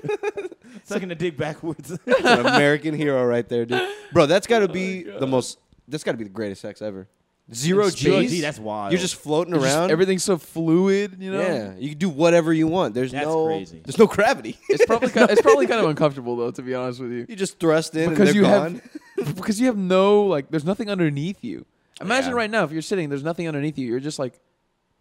Speaker 3: sucking the dick backwards.
Speaker 2: An American hero right there, dude. Bro, that's got to
Speaker 3: Oh
Speaker 2: be the most. That's got to be the greatest sex ever. Zero
Speaker 1: In space?
Speaker 2: G's.
Speaker 3: Gee, that's wild.
Speaker 2: You're just floating
Speaker 1: It's just-
Speaker 2: around.
Speaker 1: everything's so fluid, you know.
Speaker 2: Yeah, you can do whatever you want. There's
Speaker 3: That's
Speaker 2: no.
Speaker 3: crazy.
Speaker 2: There's no gravity.
Speaker 1: It's probably kind it's probably kind of uncomfortable though, to be honest with you,
Speaker 2: you just thrust in
Speaker 1: because
Speaker 2: and
Speaker 1: you
Speaker 2: they're
Speaker 1: have
Speaker 2: gone.
Speaker 1: because you have no like there's nothing underneath you. Imagine
Speaker 2: Yeah.
Speaker 1: right now if you're sitting, there's nothing underneath you. You're just like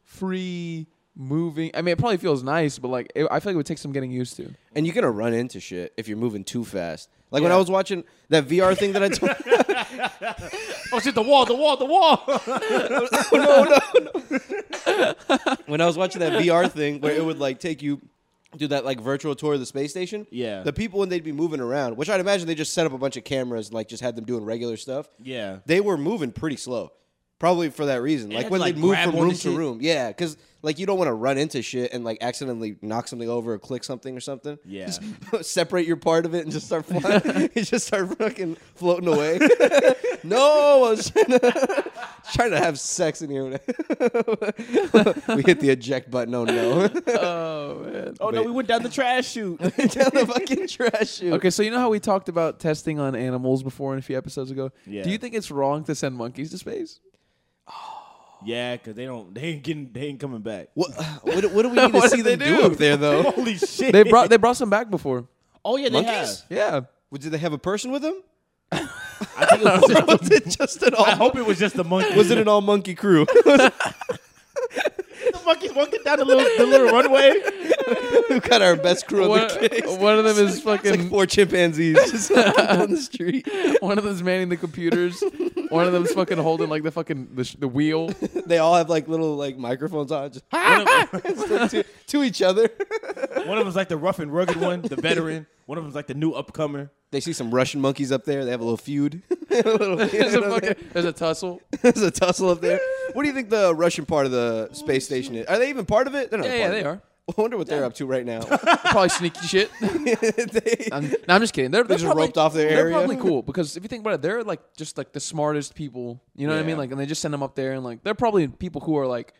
Speaker 1: free moving. I mean, it probably feels nice, but like it, I feel like it would take some getting used to.
Speaker 2: and you're gonna run into shit if you're moving too fast. Like when I was watching that VR thing that I told.
Speaker 3: oh shit! The wall, the wall, the wall.
Speaker 2: when I was watching that VR thing where it would like take you do that like virtual tour of the space station.
Speaker 3: Yeah.
Speaker 2: The people when they'd be moving around, which I'd imagine they just set up a bunch of cameras and like just had them doing regular stuff.
Speaker 3: Yeah.
Speaker 2: They were moving pretty slow. Probably for that reason.
Speaker 3: had
Speaker 2: Like
Speaker 3: to,
Speaker 2: when
Speaker 3: like,
Speaker 2: they move
Speaker 3: grab
Speaker 2: from
Speaker 3: onto
Speaker 2: room to
Speaker 3: shit.
Speaker 2: room. Yeah, cuz like you don't want to run into shit and like accidentally knock something over or click something or something.
Speaker 3: Yeah.
Speaker 2: Just separate your part of it and just start flying. you just start fucking floating away. no, I was trying to, trying to have sex in here. we hit the eject button. Oh no!
Speaker 1: Oh man.
Speaker 3: Oh no, we went down the trash chute.
Speaker 2: Down the fucking trash chute.
Speaker 1: Okay, so you know how we talked about testing on animals before in a few episodes ago?
Speaker 3: Yeah.
Speaker 1: Do you think it's wrong to send monkeys to space?
Speaker 3: yeah, because they don't, they ain't getting, they ain't coming back.
Speaker 2: What, what, do- what do we need to
Speaker 1: What
Speaker 2: see them
Speaker 1: did they
Speaker 2: do?
Speaker 1: do?
Speaker 2: up there though?
Speaker 3: Holy shit!
Speaker 1: They brought they brought some back before.
Speaker 3: oh yeah, they
Speaker 2: Monkeys?
Speaker 3: have.
Speaker 1: Yeah.
Speaker 2: Well, Did they have a person with them?
Speaker 3: I, think it was just-
Speaker 2: Was it just an
Speaker 3: I
Speaker 2: all?
Speaker 3: hope it was just the monkey.
Speaker 2: Was it an all monkey crew?
Speaker 3: the monkeys walking down the little, the little runway?
Speaker 2: We've got our best crew
Speaker 1: One,
Speaker 2: of the case.
Speaker 1: one of them is
Speaker 2: It's
Speaker 1: fucking
Speaker 2: like four chimpanzees just on the street.
Speaker 1: One of them's manning the computers. One of them's fucking holding like the fucking the, sh- the wheel.
Speaker 2: They all have like little like microphones on, just It's like to, to each other.
Speaker 3: One of them's like the rough and rugged one, the veteran. One of them's like the new upcomer.
Speaker 2: They see some Russian monkeys up there. They have a little feud. a little,
Speaker 1: There's a fucking there's a tussle.
Speaker 2: There's a tussle up there. What do you think the Russian part of the space station is? Are they even part of it? They're not.
Speaker 1: Yeah,
Speaker 2: a
Speaker 1: yeah,
Speaker 2: part of it.
Speaker 1: they are.
Speaker 2: I wonder what they're up to right now.
Speaker 1: Probably sneaky shit.
Speaker 2: They-
Speaker 1: I'm, no, I'm just kidding. They're, they're
Speaker 2: just
Speaker 1: probably,
Speaker 2: roped off their
Speaker 1: They're
Speaker 2: area.
Speaker 1: probably cool because if you think about it, they're like just like the smartest people. You know what I
Speaker 2: Yeah.
Speaker 1: mean? Like, and they just send them up there, and like they're probably people who are like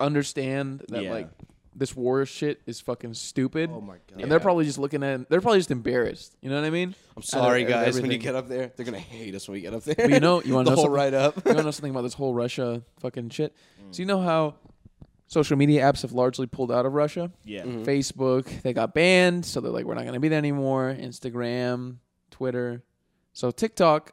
Speaker 1: understand that
Speaker 3: Yeah.
Speaker 1: like this war shit is fucking stupid.
Speaker 3: Oh my God.
Speaker 1: And they're probably just looking at. They're probably just embarrassed. You know what I mean?
Speaker 2: I'm sorry,
Speaker 1: Out of- out of
Speaker 2: guys. When you
Speaker 1: everything.
Speaker 2: get up there, they're gonna hate us when we get up there.
Speaker 1: But you know, you want
Speaker 2: the
Speaker 1: to know
Speaker 2: whole
Speaker 1: something?
Speaker 2: write up.
Speaker 1: you want to know something about this whole Russia fucking shit? So you know how social media apps have largely pulled out of Russia.
Speaker 3: Yeah.
Speaker 1: Facebook, they got banned, so they're like, we're not going to be there anymore. Instagram, Twitter, so TikTok.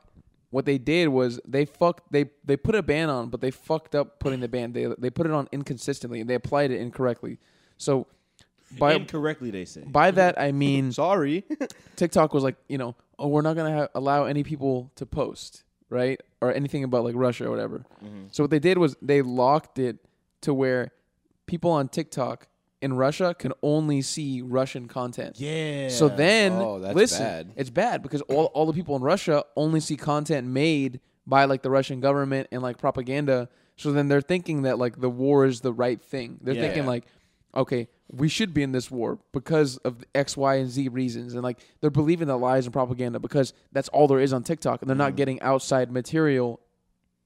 Speaker 1: What they did was they fucked they they put a ban on, but they fucked up putting the ban. They they put it on inconsistently and they applied it incorrectly. So by
Speaker 3: Incorrectly, they say.
Speaker 1: by that I mean
Speaker 2: sorry.
Speaker 1: TikTok was like, you know, oh, we're not gonna ha- allow any people to post, right, or anything about like Russia or whatever. So what they did was they locked it to where people on TikTok in Russia can only see Russian content.
Speaker 3: yeah.
Speaker 1: So then,
Speaker 2: Oh, that's
Speaker 1: listen,
Speaker 2: bad.
Speaker 1: it's bad because all all the people in Russia only see content made by like the Russian government and like propaganda. So then they're thinking that like the war is the right thing. They're
Speaker 3: Yeah.
Speaker 1: thinking like, okay, we should be in this war because of X, Y, and Z reasons, and like they're believing the lies and propaganda because that's all there is on TikTok, and they're not getting outside material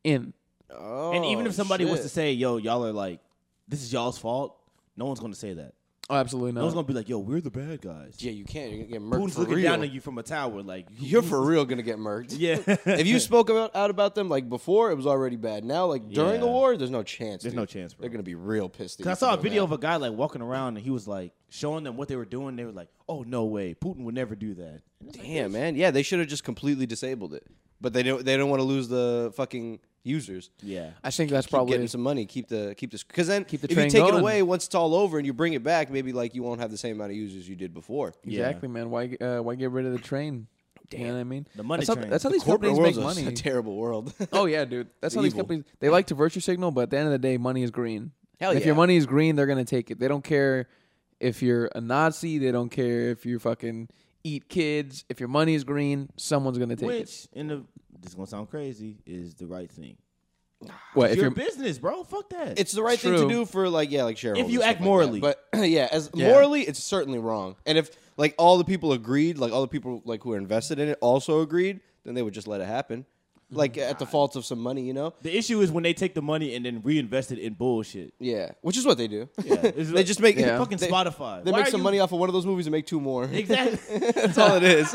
Speaker 1: in.
Speaker 3: and even
Speaker 2: Oh,
Speaker 3: if somebody was to say, "Yo, y'all are like, this is y'all's fault," no one's gonna say that.
Speaker 1: Oh, absolutely
Speaker 3: No one's
Speaker 1: not.
Speaker 3: gonna be like, "Yo, we're the bad guys."
Speaker 2: yeah, you can't. You're gonna get murked
Speaker 3: Putin's
Speaker 2: for
Speaker 3: looking
Speaker 2: real.
Speaker 3: down at you from a tower, like
Speaker 2: You're for real gonna get murked.
Speaker 3: Yeah.
Speaker 2: if you spoke about out about them like before, it was already bad. Now, like during the
Speaker 3: Yeah.
Speaker 2: war, there's no chance.
Speaker 3: There's
Speaker 2: dude.
Speaker 3: no chance, bro.
Speaker 2: They're gonna be real pissed. at
Speaker 3: Cause I
Speaker 2: you
Speaker 3: saw a
Speaker 2: for doing
Speaker 3: video
Speaker 2: that.
Speaker 3: of a guy like walking around and he was like showing them what they were doing. They were like, "Oh no way, Putin would never do that."
Speaker 2: Damn, man. Yeah, they should have just completely disabled it. But they don't. They don't want to lose the fucking users.
Speaker 3: Yeah,
Speaker 1: I think that's
Speaker 2: Probably
Speaker 1: probably
Speaker 2: getting some money. Keep the keep this because then
Speaker 1: Keep the
Speaker 2: if
Speaker 1: train
Speaker 2: you take it
Speaker 1: going.
Speaker 2: away once it's all over and you bring it back, maybe like you won't have the same amount of users you did before.
Speaker 1: exactly, man. Why uh, why get rid of the train? You know what I mean?
Speaker 3: The money
Speaker 1: that's how,
Speaker 3: train.
Speaker 1: That's how
Speaker 3: The
Speaker 1: these
Speaker 2: Corporate
Speaker 1: companies make
Speaker 2: world's a-
Speaker 1: money.
Speaker 2: a terrible world.
Speaker 1: Oh yeah, dude. That's how these
Speaker 2: Evil.
Speaker 1: companies they like to virtue signal, but at the end of the day, money is green.
Speaker 2: Hell
Speaker 1: And If your
Speaker 2: yeah.
Speaker 1: money is green, they're gonna take it. They don't care if you're a Nazi. They don't care if you fucking eat kids. If your money is green, someone's gonna take it.
Speaker 3: which in the this is gonna sound crazy is the right thing.
Speaker 1: What
Speaker 3: It's
Speaker 1: if
Speaker 3: your
Speaker 1: you're
Speaker 3: business, bro. Fuck that.
Speaker 2: it's the right thing
Speaker 1: True.
Speaker 2: to do for like yeah, like shareholders.
Speaker 3: you
Speaker 2: stuff
Speaker 3: act
Speaker 2: like that.
Speaker 3: morally.
Speaker 2: but yeah, as
Speaker 1: Yeah.
Speaker 2: morally, it's certainly wrong. And if like all the people agreed, like all the people like who are invested in it also agreed, then they would just let it happen,
Speaker 3: Mm-hmm.
Speaker 2: like at the fault of some money, you know.
Speaker 3: the issue is when they take the money and then reinvest it in bullshit.
Speaker 2: Yeah, which is what they do.
Speaker 3: Yeah, it's
Speaker 2: they
Speaker 3: like-
Speaker 2: just make
Speaker 1: Yeah.
Speaker 3: Fucking
Speaker 2: they-
Speaker 3: Spotify.
Speaker 2: They
Speaker 3: Why
Speaker 2: make
Speaker 3: are
Speaker 2: some
Speaker 3: you-
Speaker 2: money off of one of those movies and make two more.
Speaker 3: Exactly.
Speaker 2: That's all it is.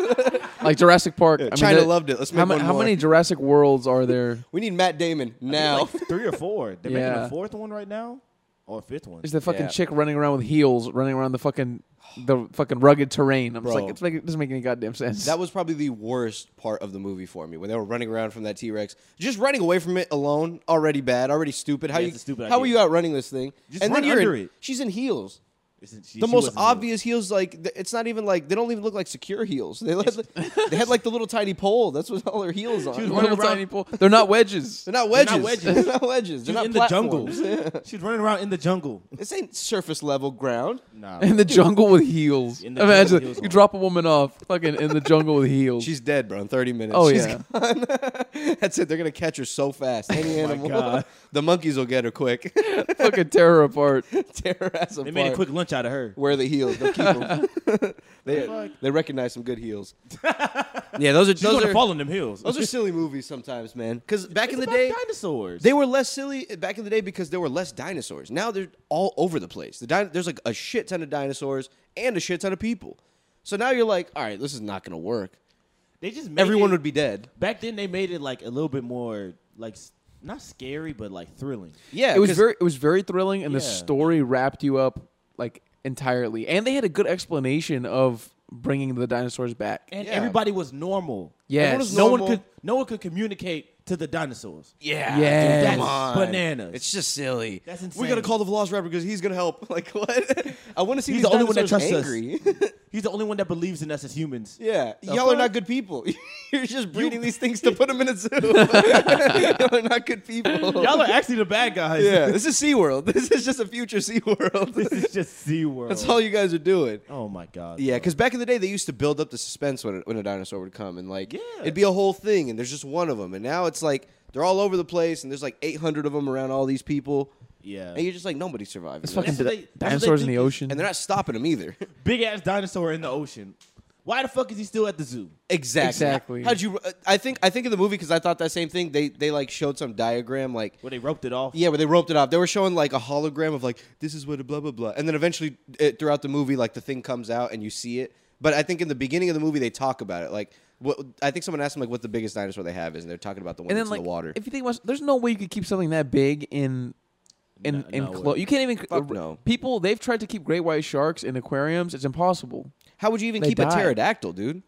Speaker 1: like Jurassic Park? I mean,
Speaker 2: China
Speaker 1: that-
Speaker 2: loved it. Let's
Speaker 1: how,
Speaker 2: make
Speaker 1: ma-
Speaker 2: one
Speaker 1: how
Speaker 2: more.
Speaker 1: many Jurassic Worlds are there?
Speaker 2: we need Matt Damon now.
Speaker 3: like three or four. They're making
Speaker 1: Yeah.
Speaker 3: a fourth one right now or a fifth one.
Speaker 1: Is the fucking
Speaker 2: Yeah.
Speaker 1: chick running around with heels, running around the fucking the fucking rugged terrain? I'm just
Speaker 2: Bro.
Speaker 1: like, it's like it doesn't make any goddamn sense.
Speaker 2: That was probably the worst part of the movie for me when they were running around from that T Rex. Just running away from it alone, already bad, already stupid. How
Speaker 3: Yeah,
Speaker 2: you
Speaker 3: it's a stupid
Speaker 2: How are
Speaker 3: idea.
Speaker 2: you outrunning this thing?
Speaker 3: Just run under
Speaker 2: in,
Speaker 3: it.
Speaker 2: She's in heels.
Speaker 3: Isn't she-
Speaker 2: The
Speaker 3: she
Speaker 2: most
Speaker 3: wasn't in it.
Speaker 2: obvious heels, like th- it's not even like they don't even look like secure heels. They had, they had like the little tiny pole. That's what all her heels on.
Speaker 3: was
Speaker 1: Little
Speaker 2: They're
Speaker 3: running around-
Speaker 1: tiny pool. They're not wedges.
Speaker 2: not
Speaker 3: They're
Speaker 2: wedges. They're
Speaker 3: not wedges.
Speaker 2: not wedges. They're
Speaker 3: She's
Speaker 2: not
Speaker 3: in the jungle.
Speaker 2: platforms. Yeah.
Speaker 3: She's running around in the jungle.
Speaker 2: This ain't surface level ground.
Speaker 3: Nah.
Speaker 1: In the jungle with heels.
Speaker 3: In the jungle
Speaker 1: Imagine
Speaker 3: with heels
Speaker 1: you
Speaker 3: on.
Speaker 1: drop a woman off, fucking in the jungle with heels.
Speaker 2: She's dead, bro. In thirty minutes.
Speaker 1: oh
Speaker 2: She's
Speaker 1: yeah,
Speaker 2: gone. That's it. They're gonna catch her so fast. Any
Speaker 3: my
Speaker 2: animal.
Speaker 3: God.
Speaker 2: The monkeys will get her quick.
Speaker 1: fucking tear her apart.
Speaker 2: Tear her ass
Speaker 3: They made a
Speaker 2: apart.
Speaker 3: quick lunch out of her.
Speaker 2: Where are the heels? They'll keep 'em. they,
Speaker 3: Fuck.
Speaker 2: they recognize some good heels. yeah, those are
Speaker 3: She's
Speaker 2: those
Speaker 3: gonna
Speaker 2: are,
Speaker 3: fall in them hills.
Speaker 2: those are silly movies sometimes, man. Because back
Speaker 3: It's
Speaker 2: in the
Speaker 3: about
Speaker 2: day,
Speaker 3: dinosaurs.
Speaker 2: they were less silly. Back in the day, because there were less dinosaurs. Now they're all over the place. The din there's like a shit ton of dinosaurs and a shit ton of people. So now you're like, all right, this is not gonna work.
Speaker 3: They just made
Speaker 2: Everyone
Speaker 3: it-
Speaker 2: would be dead.
Speaker 3: Back then, they made it like a little bit more like s- not scary, but like thrilling.
Speaker 2: Yeah,
Speaker 1: it was
Speaker 2: 'cause-
Speaker 1: very, it was very thrilling, and the
Speaker 3: Yeah.
Speaker 1: story wrapped you up like entirely. And they had a good explanation of bringing the dinosaurs back.
Speaker 3: And
Speaker 2: Yeah.
Speaker 3: everybody was normal.
Speaker 1: Yes.
Speaker 3: Everyone was no
Speaker 2: normal.
Speaker 3: one could no one could communicate to the dinosaurs.
Speaker 2: Yeah,
Speaker 1: Yes.
Speaker 2: dude,
Speaker 1: Come
Speaker 3: on. bananas.
Speaker 2: It's just silly.
Speaker 3: That's
Speaker 2: We're gonna
Speaker 3: insane.
Speaker 2: call the Velociraptor because he's gonna help. Like what? I want to see
Speaker 3: He's
Speaker 2: these
Speaker 3: the only one that
Speaker 2: dinosaurs
Speaker 3: trusts us.
Speaker 2: angry.
Speaker 3: He's the only one that believes in us as humans.
Speaker 2: Yeah,
Speaker 3: The
Speaker 2: y'all are not
Speaker 3: fuck?
Speaker 2: good people. You're just breeding these things to put them in a zoo. y'all are not good people.
Speaker 3: Y'all are actually the bad guys.
Speaker 2: yeah, this is SeaWorld. This is just a future SeaWorld.
Speaker 3: this is just SeaWorld.
Speaker 2: That's all you guys are doing.
Speaker 3: Oh my god.
Speaker 2: Yeah,
Speaker 3: bro.
Speaker 2: because back in the day, they used to build up the suspense when, when a dinosaur would come, and like
Speaker 3: Yeah.
Speaker 2: it'd be a whole thing, and there's just one of them, and now it's like they're all over the place, and there's like 800 of them around all these people,
Speaker 3: yeah.
Speaker 2: and you're just like nobody's surviving.
Speaker 1: It's
Speaker 2: this.
Speaker 1: fucking
Speaker 3: what they- that's what they
Speaker 1: dinosaurs in
Speaker 3: think
Speaker 1: the
Speaker 3: is-
Speaker 1: ocean.
Speaker 2: and they're not stopping them either.
Speaker 3: Big ass dinosaur in the ocean. Why the fuck is he still at the zoo?
Speaker 2: Exactly.
Speaker 1: Exactly.
Speaker 2: How'd you? uh, I think I think in the movie because I thought that same thing. They they like showed some diagram like
Speaker 3: Where they roped it off.
Speaker 2: yeah, where they roped it off. They were showing like a hologram of like this is what a blah blah blah, and then eventually it, throughout the movie like the thing comes out and you see it. But I think in the beginning of the movie they talk about it like. What, I think someone asked them like what the biggest dinosaur they have is, and they're talking about the one
Speaker 1: and
Speaker 2: that's
Speaker 1: then like
Speaker 2: in the water.
Speaker 1: If you think about, there's no way you could keep something that big in. In
Speaker 3: No-
Speaker 1: in
Speaker 3: no
Speaker 1: clo-
Speaker 3: way.
Speaker 1: you can't even
Speaker 2: Fuck no.
Speaker 1: people they've tried to keep great white sharks in aquariums. It's impossible.
Speaker 2: How would you even
Speaker 1: They
Speaker 2: keep a
Speaker 1: died.
Speaker 2: pterodactyl, dude?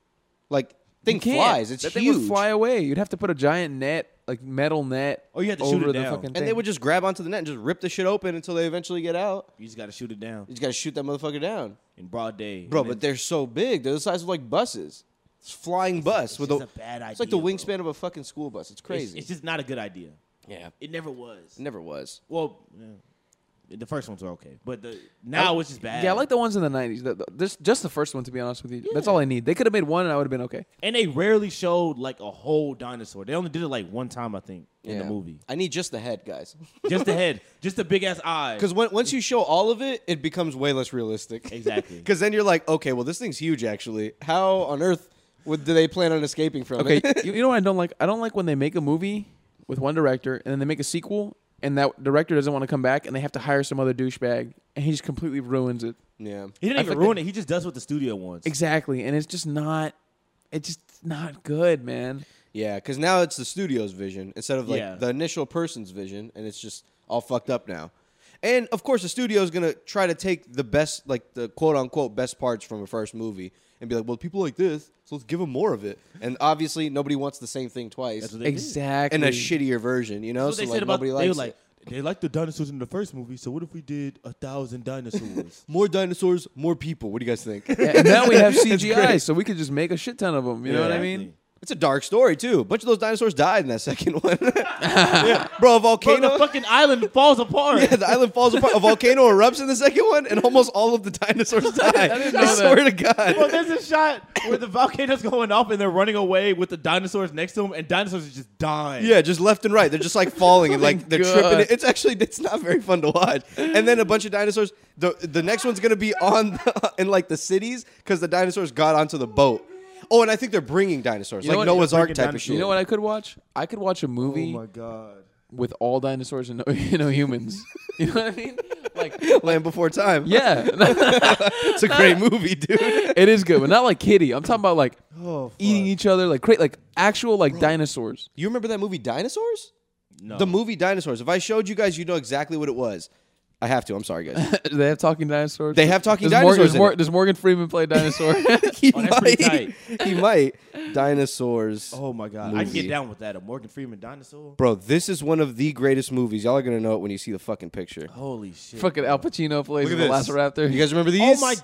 Speaker 2: Like
Speaker 1: You
Speaker 2: thing
Speaker 1: can't.
Speaker 2: flies. It's
Speaker 1: that
Speaker 2: huge.
Speaker 1: Thing would fly away. You'd have to put a giant net, like metal net.
Speaker 3: Oh, you have to shoot
Speaker 1: over
Speaker 3: it
Speaker 1: the
Speaker 3: down.
Speaker 1: fucking
Speaker 2: and they would just grab onto the net and just rip the shit open until they eventually get out.
Speaker 3: You just gotta shoot it down
Speaker 2: You just gotta shoot that motherfucker down,
Speaker 3: in broad day.
Speaker 2: bro.
Speaker 3: And
Speaker 2: But
Speaker 3: then-
Speaker 2: they're so big; they're the size of like buses. It's a flying bus
Speaker 3: it's
Speaker 2: with
Speaker 3: just
Speaker 2: a,
Speaker 3: a bad
Speaker 2: It's like the
Speaker 3: idea,
Speaker 2: wingspan of a fucking school bus. It's
Speaker 3: it's-
Speaker 2: crazy.
Speaker 3: It's, just not a good idea.
Speaker 2: yeah,
Speaker 3: It never was.
Speaker 2: it never was.
Speaker 3: Well, yeah. the first ones were okay, but the now it's just bad.
Speaker 1: Yeah, I like the ones in the '90s. The, the- this, just the first one, to be honest with you. That's all I need. They could have made one, and I would have been okay.
Speaker 3: and they rarely showed like a whole dinosaur. They only did it like one time, I think, in the
Speaker 2: Yeah.
Speaker 3: movie.
Speaker 2: I need just the head, guys,
Speaker 3: Just the head, just the big ass eye.
Speaker 2: because once you show all of it, it becomes way less realistic.
Speaker 3: Exactly.
Speaker 2: Because then you're like, okay, well, this thing's huge. Actually, how on earth would do they plan on escaping from
Speaker 1: Okay,
Speaker 2: it?
Speaker 1: you, you know what I don't like? I don't like when they make a movie with one director, and then they make a sequel, and that director doesn't want to come back, and they have to hire some other douchebag, and he just completely ruins it.
Speaker 2: yeah.
Speaker 3: he
Speaker 1: I
Speaker 3: didn't even
Speaker 1: think
Speaker 3: ruin it. He just does what the studio wants.
Speaker 1: Exactly, and it's just not. It's just not good, man.
Speaker 2: Yeah, because now it's the studio's vision instead of like
Speaker 3: Yeah.
Speaker 2: the initial person's vision, and it's just all fucked up now. And of course, the studio's gonna try to take the best, like the quote unquote best parts from a first movie, and be like, "Well, people like this, so let's give them more of it." And obviously, nobody wants the same thing twice
Speaker 3: That's what they did.
Speaker 1: Exactly.
Speaker 2: in a shittier version, you know.
Speaker 3: That's what they
Speaker 2: so
Speaker 3: said
Speaker 2: like
Speaker 3: about
Speaker 2: nobody
Speaker 3: they
Speaker 2: likes
Speaker 3: were like
Speaker 2: it.
Speaker 3: they liked the dinosaurs in the first movie. So what if we did a thousand dinosaurs?
Speaker 2: More dinosaurs, more people. What do you guys think?
Speaker 1: Yeah, and now we have CGI, so we could just make a shit ton of them. You know what I
Speaker 3: Exactly.
Speaker 1: mean?
Speaker 2: it's a dark story too. A bunch of those dinosaurs died in that second one, Yeah. bro. A
Speaker 3: Bro,
Speaker 2: volcano.
Speaker 3: the fucking island falls apart.
Speaker 2: Yeah, the island falls apart. A volcano erupts in the second one, and almost all of the dinosaurs die. I,
Speaker 1: know that.
Speaker 2: swear to
Speaker 3: Well,
Speaker 2: God.
Speaker 3: there's a shot where the volcano's going off and they're running away with the dinosaurs next to them, and dinosaurs are just dying.
Speaker 2: Yeah, just left and right. They're just like falling and like they're
Speaker 1: God.
Speaker 2: tripping. It's actually it's not very fun to watch. And then a bunch of dinosaurs. The the next one's gonna be on the, in like the cities because the dinosaurs got onto the boat. Oh, and I think they're bringing dinosaurs,
Speaker 1: You know
Speaker 2: like
Speaker 1: what-
Speaker 2: Noah's
Speaker 3: They're
Speaker 2: Ark
Speaker 3: bringing
Speaker 2: type of
Speaker 3: dinosaurs.
Speaker 2: shit.
Speaker 1: You know what I could watch? I could
Speaker 2: Oh
Speaker 1: watch a movie
Speaker 3: Oh god.
Speaker 1: with all dinosaurs and no, you know humans. you know what I mean? Like,
Speaker 2: Land Before Time.
Speaker 1: yeah,
Speaker 2: it's a great movie, dude.
Speaker 1: it is good, but not like Kitty. I'm talking about like
Speaker 3: Oh, fuck.
Speaker 1: eating each other, like create like actual like dinosaurs.
Speaker 2: You remember that movie Dinosaurs?
Speaker 3: No.
Speaker 2: The movie Dinosaurs. If I showed you guys, you know exactly what it was. I have to. I'm sorry, guys.
Speaker 1: Do they have talking dinosaurs?
Speaker 2: They have talking
Speaker 1: does
Speaker 2: dinosaurs
Speaker 1: Morgan, does,
Speaker 2: in
Speaker 1: Mor-
Speaker 2: it.
Speaker 1: does Morgan Freeman play a dinosaur?
Speaker 2: he
Speaker 3: Oh, that's pretty
Speaker 2: he might. Dinosaurs.
Speaker 3: Oh my god. I can
Speaker 2: movie.
Speaker 3: get down with that. A Morgan Freeman dinosaur.
Speaker 2: Bro, this is one of the greatest movies. Y'all are gonna know it when you see the fucking picture.
Speaker 3: Holy shit.
Speaker 1: Fucking Al Pacino plays the Velociraptor.
Speaker 2: You guys remember
Speaker 3: oh
Speaker 2: these?
Speaker 3: my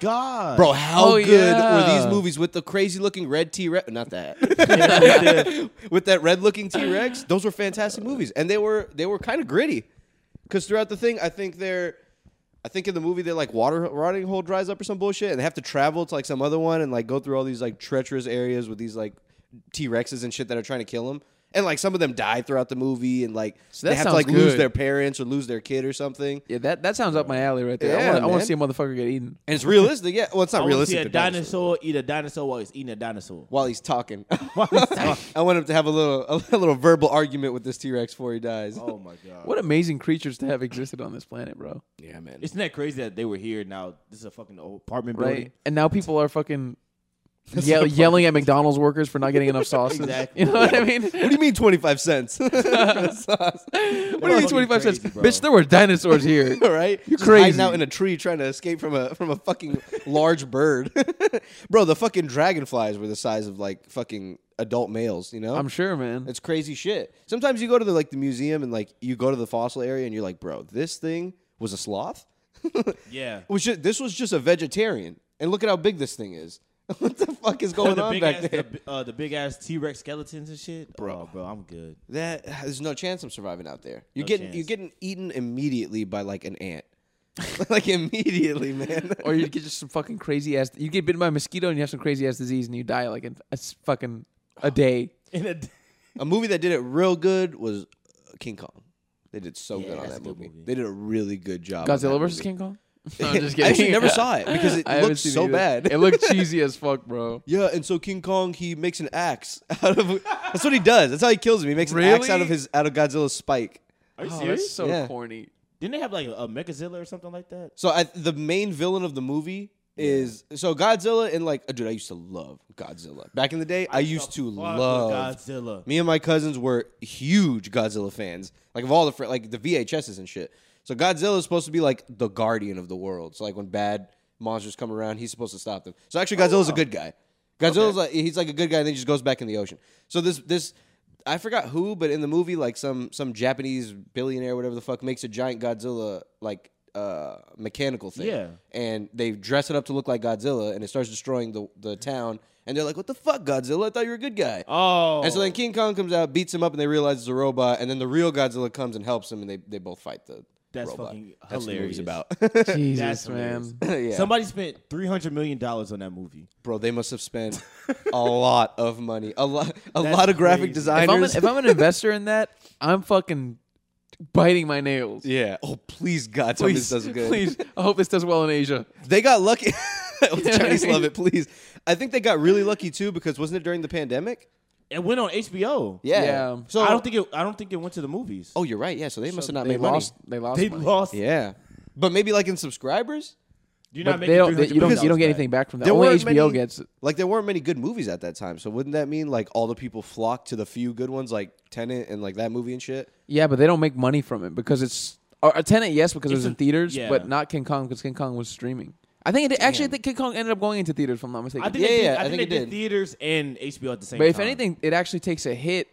Speaker 3: god.
Speaker 2: Bro, how
Speaker 1: Oh,
Speaker 2: good were
Speaker 1: yeah.
Speaker 2: these movies with the crazy looking red T Rex? Not that.
Speaker 3: Yeah.
Speaker 2: with that red looking T Rex, those were fantastic movies, and they were they were kind of gritty. Because throughout the thing, I think they're, I think in the movie they're like water rotting hole dries up or some bullshit, and they have to travel to like some other one and like go through all these like treacherous areas with these like T Rexes and shit that are trying to kill them, and like some of them die throughout the movie, and like
Speaker 1: that
Speaker 2: they have to
Speaker 1: sounds
Speaker 2: like lose
Speaker 1: good.
Speaker 2: their parents or lose their kid or something.
Speaker 1: yeah, that, that sounds up my alley right there.
Speaker 2: Yeah,
Speaker 1: I want
Speaker 2: man.
Speaker 1: to see a motherfucker get eaten.
Speaker 2: And it's realistic, yeah. Well, it's
Speaker 3: I
Speaker 2: not
Speaker 3: wanna
Speaker 2: realistic.
Speaker 3: see a
Speaker 2: they're dinosaurs.
Speaker 3: dinosaur eat a dinosaur while it's eating a dinosaur.
Speaker 2: While he's talking,
Speaker 3: oh
Speaker 2: I want him to have a little a little verbal argument with this T Rex before he dies.
Speaker 3: Oh my god.
Speaker 1: What amazing creatures to have existed on this planet, bro.
Speaker 2: yeah, man.
Speaker 3: Isn't that crazy that they were here now? This is a fucking old apartment
Speaker 1: right?
Speaker 3: building.
Speaker 1: And now people are fucking yell, yelling at McDonald's workers for not getting enough sauces.
Speaker 3: Exactly.
Speaker 1: You know what I mean?
Speaker 2: What do you mean 25 cents? what
Speaker 1: What do you mean
Speaker 3: Fucking
Speaker 1: 25 cents?
Speaker 3: crazy, bro.
Speaker 1: Bitch, there were dinosaurs here.
Speaker 2: All right? You're
Speaker 1: crazy.
Speaker 2: Hiding out in a tree trying to escape from a from a fucking large bird. Bro, the fucking dragonflies were the size of like fucking adult males, you know?
Speaker 1: I'm sure, man.
Speaker 2: it's crazy shit. Sometimes you go to the like the museum and like you go to the fossil area and you're like, "Bro, this thing was a sloth?"
Speaker 3: Yeah.
Speaker 2: was just, this was just a vegetarian. And look at how big this thing is. what the fuck is going
Speaker 3: the
Speaker 2: on
Speaker 3: big
Speaker 2: back
Speaker 3: ass,
Speaker 2: there?
Speaker 3: The, uh, the big ass T Rex skeletons and shit. Bro, bro, I'm good.
Speaker 2: That there's no chance I'm surviving out there. You're
Speaker 3: No
Speaker 2: getting
Speaker 3: chance.
Speaker 2: you're getting eaten immediately by like an ant. like immediately, man.
Speaker 1: or you get just some fucking crazy ass. You get bitten by a mosquito and you have some crazy ass disease and you die like in a s- fucking a day.
Speaker 3: In a,
Speaker 2: a movie that did it real good was uh, King Kong. They did so
Speaker 3: Yeah,
Speaker 2: good on
Speaker 3: that's
Speaker 2: that
Speaker 3: a good
Speaker 2: movie.
Speaker 3: movie.
Speaker 2: They did a really good job. on that
Speaker 1: Godzilla versus
Speaker 2: movie.
Speaker 1: King Kong. No, I'm just
Speaker 2: I
Speaker 1: kidding.
Speaker 2: actually never saw it because it
Speaker 1: I haven't
Speaker 2: looked
Speaker 1: seen it
Speaker 2: so
Speaker 1: either.
Speaker 2: bad.
Speaker 1: It looked cheesy as fuck, bro.
Speaker 2: Yeah, and so King Kong he makes an axe out of that's what he does. That's how he kills him. He makes an axe out of
Speaker 1: Really?
Speaker 2: his out of Godzilla's spike.
Speaker 3: Are you
Speaker 1: Oh, that's
Speaker 3: serious?
Speaker 1: so
Speaker 2: Yeah.
Speaker 1: corny.
Speaker 3: Didn't they have like a, a Megazilla or something like that?
Speaker 2: So I, the main villain of the movie is so Godzilla and like dude, I used to love Godzilla back in the day. I, used to
Speaker 3: Fuck with
Speaker 2: love
Speaker 3: Godzilla.
Speaker 2: Me and my cousins were huge Godzilla fans, like of all the fr- like the VHSs and shit. So Godzilla is supposed to be like the guardian of the world. So like when bad monsters come around, he's supposed to stop them. So
Speaker 3: Oh,
Speaker 2: actually, Godzilla's a good guy. Godzilla's like he's like a good guy, and then he just goes back in the ocean. So this this I forgot who, but in the movie, like some some Japanese billionaire, whatever the fuck, makes a giant Godzilla like uh mechanical thing.
Speaker 3: Yeah.
Speaker 2: And they dress it up to look like Godzilla, and it starts destroying the the town. And they're like, "What the fuck, Godzilla? I thought you were a good guy."
Speaker 3: Oh,
Speaker 2: And so then King Kong comes out, beats him up, and they realize it's a robot. And then the real Godzilla comes and helps him, and they, they both fight the
Speaker 3: That's
Speaker 2: robot.
Speaker 3: fucking
Speaker 2: That's what the movie's
Speaker 3: hilarious.
Speaker 2: about.
Speaker 1: Jesus,
Speaker 3: That's hilarious.
Speaker 1: man.
Speaker 2: yeah.
Speaker 3: somebody spent three hundred million dollars on that movie.
Speaker 2: Bro, they must have spent a lot of money. A lot a
Speaker 3: That's
Speaker 2: lot of graphic
Speaker 1: If
Speaker 3: crazy. If
Speaker 1: I'm, an,
Speaker 2: designers.
Speaker 1: if I'm an investor in that, I'm fucking biting my nails.
Speaker 2: yeah. Oh, please, God, tell me this
Speaker 1: please,
Speaker 2: does good.
Speaker 1: please. I hope this does well in Asia.
Speaker 2: They got lucky. Oh, the Chinese love it, please. I think they got really lucky, too, because wasn't it during the pandemic?
Speaker 3: It went on HBO.
Speaker 1: Yeah.
Speaker 2: So,
Speaker 3: I don't think it. I don't think it went to the movies.
Speaker 2: Oh, you're right. Yeah, so they must have not
Speaker 1: they
Speaker 2: made
Speaker 1: lost.
Speaker 2: money.
Speaker 1: They lost.
Speaker 3: they
Speaker 1: money.
Speaker 3: lost.
Speaker 2: Yeah. But maybe like in subscribers?
Speaker 3: You're
Speaker 1: But
Speaker 3: not
Speaker 1: they
Speaker 3: making
Speaker 1: don't, they, you don't.
Speaker 3: $300
Speaker 1: You don't get
Speaker 3: back.
Speaker 1: anything back from that.
Speaker 2: There
Speaker 1: Only
Speaker 2: weren't
Speaker 1: HBO
Speaker 2: many-
Speaker 1: gets. it.
Speaker 2: Like there weren't many good movies at that time, so wouldn't that mean like all the people flocked to the few good ones, like Tenant and like that movie and shit?
Speaker 1: Yeah, but they don't make money from it because it's or a tenant. Yes, because it
Speaker 3: It's
Speaker 1: was in
Speaker 3: a-
Speaker 1: theaters,
Speaker 3: yeah.
Speaker 1: but not King Kong because King Kong was streaming. I think it did, actually. I think King Kong ended up going into theaters, if I'm not mistaken.
Speaker 3: I think
Speaker 2: Yeah,
Speaker 3: they did,
Speaker 2: yeah,
Speaker 3: I, think, they
Speaker 2: it
Speaker 3: did
Speaker 2: did.
Speaker 3: theaters and HBO at the same
Speaker 1: but
Speaker 3: time.
Speaker 1: if anything, it actually takes a hit.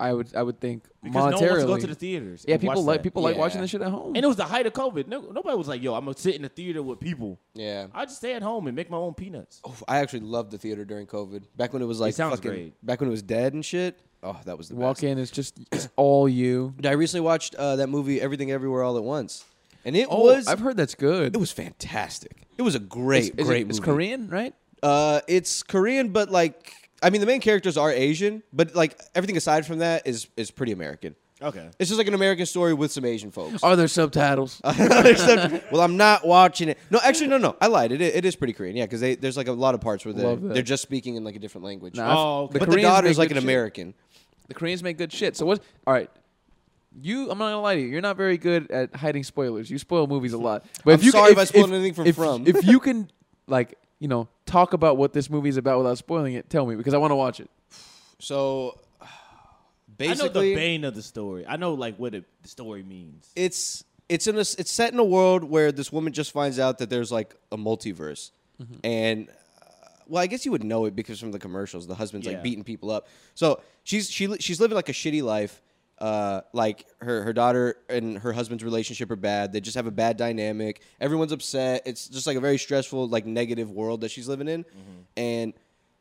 Speaker 1: I would. I would think
Speaker 3: because no one wants
Speaker 1: monetarily.
Speaker 3: to go to the theaters.
Speaker 1: yeah,
Speaker 3: and
Speaker 1: people
Speaker 3: watch
Speaker 1: like
Speaker 3: that.
Speaker 1: people like watching
Speaker 2: Yeah.
Speaker 1: this shit at home.
Speaker 3: And it was the height of COVID. No, nobody was like, "Yo, I'm gonna sit in the theater with people."
Speaker 2: Yeah,
Speaker 3: I just stay at home and make my own peanuts.
Speaker 2: Oof, I actually loved the theater during COVID. Back when it was like
Speaker 3: sounds
Speaker 2: fucking,
Speaker 3: great.
Speaker 2: Back when it was dead and shit. Oh, that was the
Speaker 1: Walk
Speaker 2: best.
Speaker 1: in. It's just it's all you.
Speaker 2: I recently watched uh, that movie Everything Everywhere All at Once, and it
Speaker 1: Oh,
Speaker 2: was
Speaker 1: I've heard that's good.
Speaker 2: it was fantastic. It was a great,
Speaker 1: Is it-
Speaker 2: great
Speaker 1: It's
Speaker 2: movie.
Speaker 1: Korean, right?
Speaker 2: Uh, it's Korean, but like I mean, the main characters are Asian, but like everything aside from that is is pretty American.
Speaker 1: Oh.
Speaker 3: Okay.
Speaker 2: It's just like an American story with some Asian folks.
Speaker 1: Are there subtitles?
Speaker 2: Except- well, I'm not watching it. No, actually, no, no. I lied. It, it is pretty Korean. Yeah, because there's like a lot of parts where they're,
Speaker 1: Love that.
Speaker 2: they're just speaking in like a different language.
Speaker 1: Nah, I've-
Speaker 3: Oh, okay.
Speaker 1: the
Speaker 2: but the
Speaker 1: Koreans
Speaker 2: daughter's
Speaker 1: make
Speaker 2: like
Speaker 1: good
Speaker 2: an
Speaker 1: shit.
Speaker 2: American.
Speaker 1: The Koreans make good shit. So what? All right, you. I'm not gonna lie to you. You're not very good at hiding spoilers. You spoil movies a lot. But
Speaker 2: I'm
Speaker 1: if you
Speaker 2: sorry
Speaker 1: can,
Speaker 2: if I spoiled anything from
Speaker 1: if,
Speaker 2: From.
Speaker 1: If you can, like, you know, talk about what this movie is about without spoiling it, tell me because I want to watch it.
Speaker 2: So
Speaker 3: I know the
Speaker 2: basically,
Speaker 3: bane of the story. I know like what it, the story means.
Speaker 2: it's it's in a, it's set in a world where this woman just finds out that there's like a multiverse,
Speaker 1: Mm-hmm.
Speaker 2: and uh, well, I guess you would know it because from the commercials, the husband's
Speaker 3: Yeah.
Speaker 2: like beating people up. So she's she li- she's living like a shitty life. Uh, like her her daughter and her husband's relationship are bad. They just have a bad dynamic. Everyone's upset. It's just like a very stressful, like negative world that she's living in, and.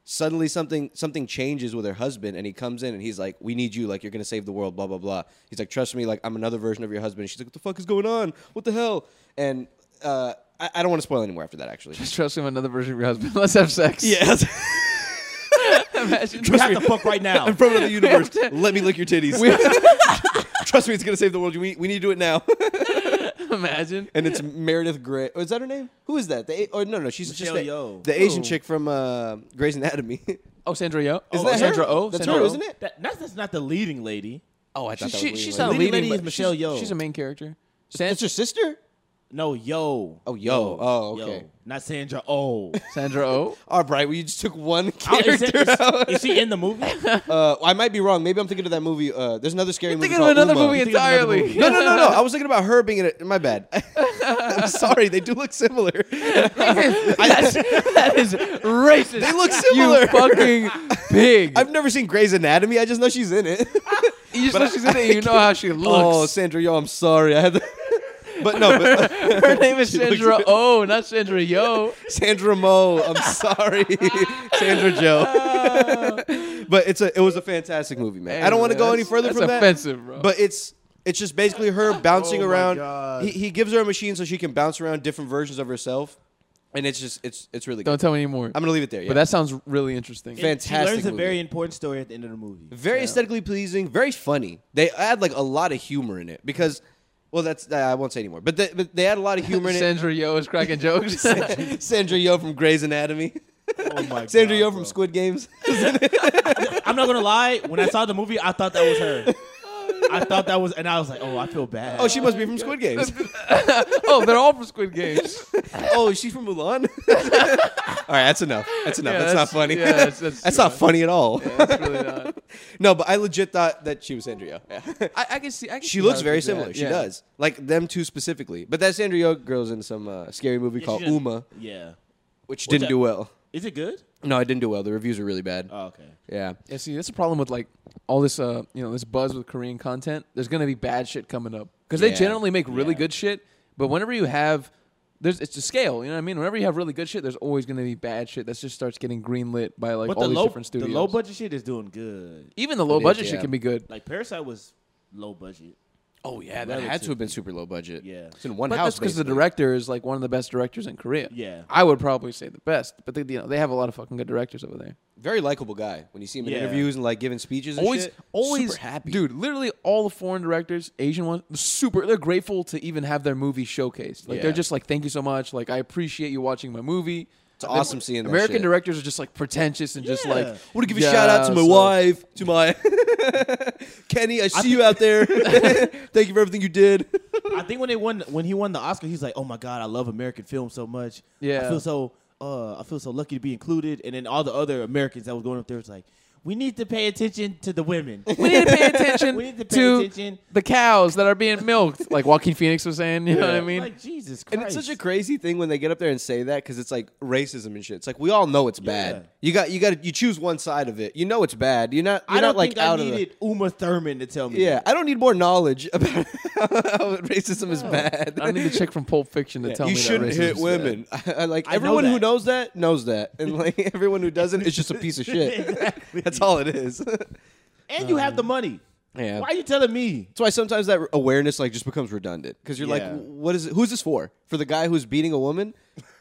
Speaker 2: Suddenly, something something changes with her husband, and he comes in and he's like, "We need you. Like, you're gonna save the world. Blah blah blah." He's like, "Trust me. Like, I'm another version of your husband." She's like, "What the fuck is going on? What the hell?" And uh, I, I don't want to spoil anymore after that. Actually,
Speaker 1: Just trust him another version of your husband. Let's have sex.
Speaker 2: Yes.
Speaker 1: Imagine
Speaker 3: You have to fuck right now.
Speaker 2: I'm from another universe. Let me lick your titties.
Speaker 1: We-
Speaker 2: Trust me, it's gonna save the world. We, we need to do it now.
Speaker 1: imagine.
Speaker 2: and it's Meredith Grey. Oh, is that her name? Who is that? The, A- or no, no, she's
Speaker 3: Michelle
Speaker 2: just the,
Speaker 3: Yeoh.
Speaker 2: the Asian
Speaker 1: Ooh.
Speaker 2: chick from uh, Grey's Anatomy. Isn't
Speaker 1: Oh, Sandra Yo.
Speaker 2: that
Speaker 1: oh,
Speaker 2: her?
Speaker 1: Sandra Oh.
Speaker 2: That's
Speaker 1: Sandra
Speaker 2: her,
Speaker 1: Oh.
Speaker 2: isn't it?
Speaker 3: That- that's, that's not the leading lady.
Speaker 2: Oh, I
Speaker 1: She,
Speaker 2: thought that
Speaker 1: she,
Speaker 2: was
Speaker 1: she's
Speaker 2: Lily.
Speaker 1: not a
Speaker 3: Leading
Speaker 1: leading
Speaker 3: lady
Speaker 1: but
Speaker 3: is Michelle
Speaker 1: she's-
Speaker 3: Yeoh.
Speaker 1: She's a main character.
Speaker 2: It's her sister.
Speaker 3: No, yo.
Speaker 2: Oh, yo. Oh, okay.
Speaker 3: Not Sandra. Oh.
Speaker 1: Sandra Oh.
Speaker 2: All right, well, you just took one
Speaker 3: Oh, is,
Speaker 2: character
Speaker 3: that-
Speaker 2: out.
Speaker 3: is- is she in the movie?
Speaker 2: Uh, I might be wrong. Maybe I'm thinking of that movie. Uh, there's another scary movie
Speaker 1: Thinking of
Speaker 2: called
Speaker 1: another
Speaker 2: Uma.
Speaker 1: movie
Speaker 3: Thinking of another
Speaker 1: entirely.
Speaker 3: movie.
Speaker 2: No, no, no, no. I was thinking about her being in it. My bad. I'm sorry. They do look similar.
Speaker 1: That's, that is racist.
Speaker 2: They look similar.
Speaker 1: You fucking pig.
Speaker 2: I've never seen Grey's Anatomy. I just know she's in it.
Speaker 1: you just know she's in it. You know how she
Speaker 2: Oh,
Speaker 1: looks.
Speaker 2: Sandra Yo, I'm sorry. I had to. But no, but
Speaker 1: Oh, Her name is
Speaker 2: She looks
Speaker 1: Sandra
Speaker 2: good.
Speaker 1: Oh, not Sandra Yo.
Speaker 2: Sandra Mo, I'm sorry, Sandra Joe. but it's a it was a fantastic movie, man. I don't want to go any
Speaker 1: That's-
Speaker 2: further
Speaker 1: that's
Speaker 2: from
Speaker 1: offensive,
Speaker 2: that.
Speaker 1: bro.
Speaker 2: But it's it's just basically her bouncing
Speaker 3: Oh my
Speaker 2: around.
Speaker 3: God.
Speaker 2: He, he gives her a machine so she can bounce around different versions of herself, and it's just it's it's really good.
Speaker 1: Don't tell me anymore.
Speaker 2: I'm gonna leave it there. Yeah.
Speaker 1: But that sounds really interesting.
Speaker 2: Fan- Fantastic
Speaker 3: She learns a
Speaker 2: movie.
Speaker 3: very important story at the end of the movie.
Speaker 2: very aesthetically pleasing, very funny. They add like a lot of humor in it because Well, that's uh, I won't say anymore. But they, but they had a lot of humor in it.
Speaker 1: Sandra Yo is cracking jokes.
Speaker 2: Sandra Yo from Grey's Anatomy.
Speaker 3: Oh my
Speaker 2: Sandra
Speaker 3: God,
Speaker 2: Yo
Speaker 3: bro.
Speaker 2: from Squid Games.
Speaker 3: I'm not gonna lie. When I saw the movie, I thought that was her. I thought that was, and I was like, oh, I feel bad.
Speaker 2: Oh, she must be from Squid Games.
Speaker 1: oh, they're all from Squid Games.
Speaker 2: oh, is she from Mulan? all right, that's enough. That's enough.
Speaker 1: Yeah,
Speaker 2: that's,
Speaker 1: that's-
Speaker 2: not funny.
Speaker 1: yeah, that's-
Speaker 2: that's
Speaker 1: that's
Speaker 2: not
Speaker 1: too
Speaker 2: funny at all.
Speaker 1: That's really not.
Speaker 2: no, but I legit thought that she was Sandra Yo. Yeah.
Speaker 1: I, I can see. I can see
Speaker 2: She looks
Speaker 1: how
Speaker 2: very
Speaker 1: it's bad.
Speaker 2: similar. She
Speaker 1: Yeah.
Speaker 2: does. Like them two specifically. But that Sandra Yo girl's in some uh, scary movie
Speaker 3: Yeah,
Speaker 2: called
Speaker 3: she did-
Speaker 2: Uma,
Speaker 3: Yeah.
Speaker 2: which
Speaker 3: What's
Speaker 2: didn't
Speaker 3: that?
Speaker 2: do well.
Speaker 3: Is it good?
Speaker 2: No, it didn't do well. The reviews are really bad.
Speaker 3: Oh, okay.
Speaker 2: yeah.
Speaker 1: Yeah, see, that's the problem with like all this, uh, you know, this buzz with Korean content. There's gonna be bad shit coming up because they
Speaker 2: Yeah.
Speaker 1: generally make really
Speaker 3: Yeah.
Speaker 1: good shit. But whenever you have, there's it's a scale. You know what I mean? Whenever you have really good shit, there's always gonna be bad shit that just starts getting greenlit by like
Speaker 3: but
Speaker 1: all
Speaker 3: the
Speaker 1: these
Speaker 3: low,
Speaker 1: different
Speaker 3: the
Speaker 1: studios.
Speaker 3: low budget shit is doing good.
Speaker 1: even the low
Speaker 2: is,
Speaker 1: budget
Speaker 2: yeah.
Speaker 1: shit can be good.
Speaker 3: Like Parasite was low budget.
Speaker 1: Oh yeah,
Speaker 2: That had to have been super low budget.
Speaker 3: Yeah.
Speaker 2: It's in one
Speaker 1: But
Speaker 2: house.
Speaker 1: that's because the
Speaker 2: basically.
Speaker 1: director is like one of the best directors in Korea.
Speaker 3: Yeah.
Speaker 1: I would probably say the best, but they, you know they have a lot of fucking good directors over there.
Speaker 2: Very likable guy when you see him in
Speaker 3: Yeah.
Speaker 2: interviews and like giving speeches and
Speaker 1: always
Speaker 2: shit.
Speaker 1: always
Speaker 2: super happy.
Speaker 1: dude literally all the foreign directors asian ones super they're grateful to even have their movie showcased like they're
Speaker 2: Yeah.
Speaker 1: just like thank you so much like i appreciate you watching my movie
Speaker 2: It's awesome seeing that
Speaker 1: american
Speaker 2: shit.
Speaker 1: directors are just like pretentious and just
Speaker 3: Yeah.
Speaker 1: like
Speaker 2: want to give a
Speaker 1: "Yeah,
Speaker 2: shout out to my
Speaker 1: so-
Speaker 2: wife, to my Kenny. I see you out there. Thank you for everything you did.
Speaker 3: I think when they won, when he won the Oscar, he's like, "Oh my god, I love American film so much.
Speaker 1: Yeah.
Speaker 3: I feel so, uh, I feel so lucky to be included." And then all the other Americans that was going up there was like, "We need to pay attention to the women."
Speaker 1: we need to pay attention
Speaker 3: We need
Speaker 1: to,
Speaker 3: to pay attention.
Speaker 1: the cows that are being milked like joaquin phoenix was saying you know what i mean
Speaker 3: like Jesus Christ.
Speaker 2: And it's such a crazy thing when they get up there and say that because it's like racism and shit. It's like we all know it's
Speaker 3: Yeah.
Speaker 2: bad. You got you got you choose one side of it. You know it's bad. You're not you're
Speaker 3: I don't
Speaker 2: not like
Speaker 3: think
Speaker 2: out
Speaker 3: I
Speaker 2: of it.
Speaker 3: needed Uma Thurman to tell me.
Speaker 2: Yeah,
Speaker 3: that.
Speaker 2: I don't need more knowledge about how racism is bad.
Speaker 1: i need the chick from pulp fiction to tell
Speaker 2: you
Speaker 1: me that
Speaker 2: shouldn't
Speaker 1: racism
Speaker 2: hit
Speaker 1: is
Speaker 2: women. I, like
Speaker 3: I know
Speaker 2: everyone who
Speaker 3: that.
Speaker 2: knows that knows that, and like everyone who doesn't is just a piece of shit.
Speaker 3: Exactly.
Speaker 2: That's all it is.
Speaker 3: And you have the money.
Speaker 2: Yeah.
Speaker 3: Why are you telling me?
Speaker 2: That's why sometimes that awareness like just becomes redundant because you're like,
Speaker 3: Yeah.
Speaker 2: what is it? Who's this for? For the guy who's beating a woman?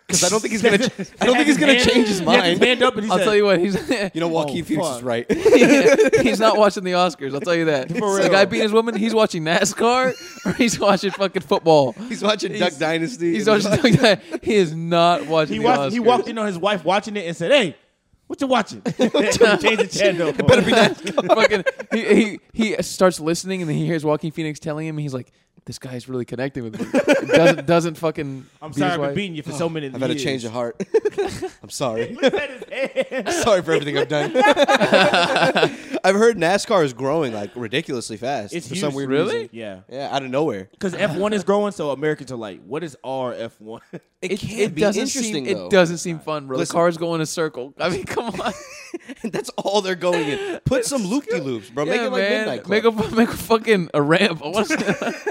Speaker 2: Because I don't think he's gonna. I don't think he's gonna change his mind.
Speaker 3: Stand up and he
Speaker 1: bad. i'll
Speaker 3: said,
Speaker 1: tell you what he's
Speaker 2: You know, Joaquin
Speaker 3: Oh,
Speaker 2: Phoenix
Speaker 3: fuck.
Speaker 2: is right.
Speaker 1: he's not watching the Oscars. I'll tell you that. The
Speaker 3: real.
Speaker 1: guy beating his woman, he's watching NASCAR or he's watching fucking football.
Speaker 2: he's watching Duck Dynasty.
Speaker 1: He's
Speaker 2: and
Speaker 1: watching something that he is not watching.
Speaker 3: He
Speaker 1: the
Speaker 3: walked. He
Speaker 1: Oscars.
Speaker 3: walked in on his wife watching it and said, "Hey, what you watching?" Change the channel. better be
Speaker 1: fucking. He, he he starts listening and then he hears Joaquin Phoenix telling him. And he's like, "This guy's really connecting with me." doesn't doesn't fucking.
Speaker 3: I'm
Speaker 1: beat
Speaker 3: sorry,
Speaker 1: his
Speaker 3: I've been
Speaker 1: wife.
Speaker 3: beating you for so many years.
Speaker 2: I've had a change of heart. I'm sorry.
Speaker 3: Look at his hand.
Speaker 2: sorry for everything I've done. I've heard NASCAR is growing like ridiculously fast
Speaker 3: It's
Speaker 2: for
Speaker 3: huge.
Speaker 2: some weird
Speaker 1: Really?
Speaker 2: reason.
Speaker 3: Yeah,
Speaker 2: Yeah, out of nowhere.
Speaker 3: because F1 is growing, so Americans are like, "What is our F1?"
Speaker 1: It,
Speaker 2: can
Speaker 1: it
Speaker 2: be
Speaker 1: doesn't
Speaker 2: interesting,
Speaker 1: Seem,
Speaker 2: though.
Speaker 1: it doesn't seem fun, bro.
Speaker 2: Listen.
Speaker 1: The cars go in a circle. I mean, come on.
Speaker 2: That's all they're going in. Put some loop de loops, bro. Make
Speaker 1: Yeah,
Speaker 2: it like
Speaker 1: man.
Speaker 2: Midnight Club.
Speaker 1: Make a fu- make a fucking a ramp. I wanna see-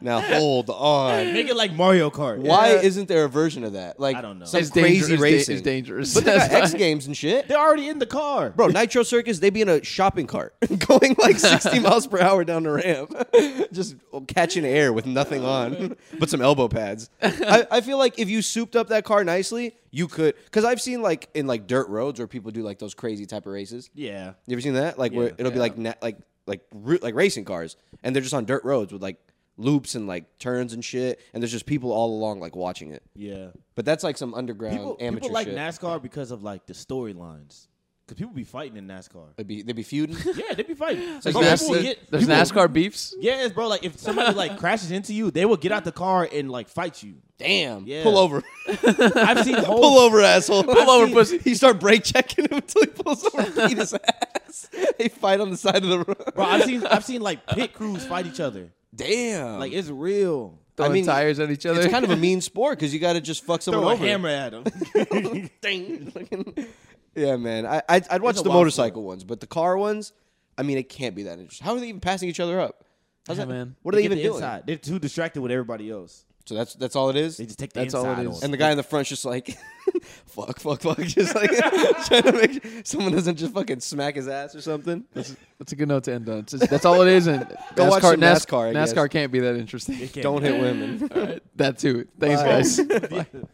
Speaker 2: now hold on.
Speaker 3: Make it like Mario Kart.
Speaker 2: Why
Speaker 1: Yeah.
Speaker 2: isn't there a version of that? Like
Speaker 3: I don't know.
Speaker 2: Some
Speaker 1: it's dangerous.
Speaker 2: crazy
Speaker 1: It's da-
Speaker 2: racing.
Speaker 1: It's dangerous.
Speaker 2: But they got
Speaker 1: That's
Speaker 2: X
Speaker 1: why-
Speaker 2: Games and shit.
Speaker 3: They're already in the car,
Speaker 2: Bro, Nitro Circus, they be in a shopping cart going like 60 miles per hour down the ramp, just catching air with nothing on, but some elbow pads. I, I feel like if you souped up that car nicely, you could. Because I've seen like in like dirt roads where people do like those crazy type of races.
Speaker 3: Yeah,
Speaker 2: You ever seen that? Like where
Speaker 3: Yeah.
Speaker 2: it'll be like na- like like ru- like racing cars, and they're just on dirt roads with like loops and like turns and shit, and there's just people all along like watching it.
Speaker 3: yeah.
Speaker 2: But that's like some underground
Speaker 3: People,
Speaker 2: Um, amateur
Speaker 3: people like
Speaker 2: shit.
Speaker 3: NASCAR because of like the storylines. Because people be fighting in NASCAR.
Speaker 2: they'd be they'd be feuding.
Speaker 3: Yeah, they be fighting.
Speaker 1: There's,
Speaker 3: Bro,
Speaker 1: NAS-
Speaker 3: people get-
Speaker 1: there's
Speaker 3: people-
Speaker 1: NASCAR beefs.
Speaker 3: Yes, bro. Like if somebody like crashes into you, they will get out the car and like fight you.
Speaker 2: Damn,
Speaker 3: Yeah.
Speaker 2: pull over,
Speaker 3: I've seen whole
Speaker 2: pull over, asshole, pull
Speaker 1: over, pussy.
Speaker 2: He start brake checking him until he pulls over, and beat his ass. They fight on the side of the road.
Speaker 3: bro. I've seen I've seen like pit crews fight each other.
Speaker 2: Damn,
Speaker 3: Like it's real.
Speaker 1: Throwing
Speaker 2: mean,
Speaker 1: tires at each other.
Speaker 2: it's kind of a mean sport because you got to just fuck someone
Speaker 3: Throw a
Speaker 2: over.
Speaker 3: hammer at them.
Speaker 2: Ding. Fucking- yeah, man. I, I I'd watch
Speaker 3: It's a
Speaker 2: the
Speaker 3: wild
Speaker 2: motorcycle ones, but the car ones, I mean, it can't be that interesting. How are they even passing each other up? How's
Speaker 1: Yeah,
Speaker 2: that,
Speaker 1: man.
Speaker 2: What are they,
Speaker 3: Get
Speaker 2: even
Speaker 3: the
Speaker 2: doing?
Speaker 3: inside. They're too distracted with everybody else.
Speaker 2: So that's that's all it is.
Speaker 3: They just take the
Speaker 1: That's all
Speaker 3: inside
Speaker 1: it
Speaker 3: on
Speaker 1: is.
Speaker 3: them.
Speaker 2: And the guy in the front's just like, fuck, fuck, fuck, just like trying to make sure someone doesn't just fucking smack his ass or something.
Speaker 1: That's a good note to end on. It's just- that's all it is. And
Speaker 2: Go
Speaker 1: NASCAR,
Speaker 2: watch some
Speaker 1: NAS-
Speaker 2: NASCAR, I guess.
Speaker 1: NASCAR can't be that interesting.
Speaker 3: It can't
Speaker 2: Don't
Speaker 3: be.
Speaker 2: hit women.
Speaker 1: That's it. Thanks, guys.
Speaker 3: Yeah.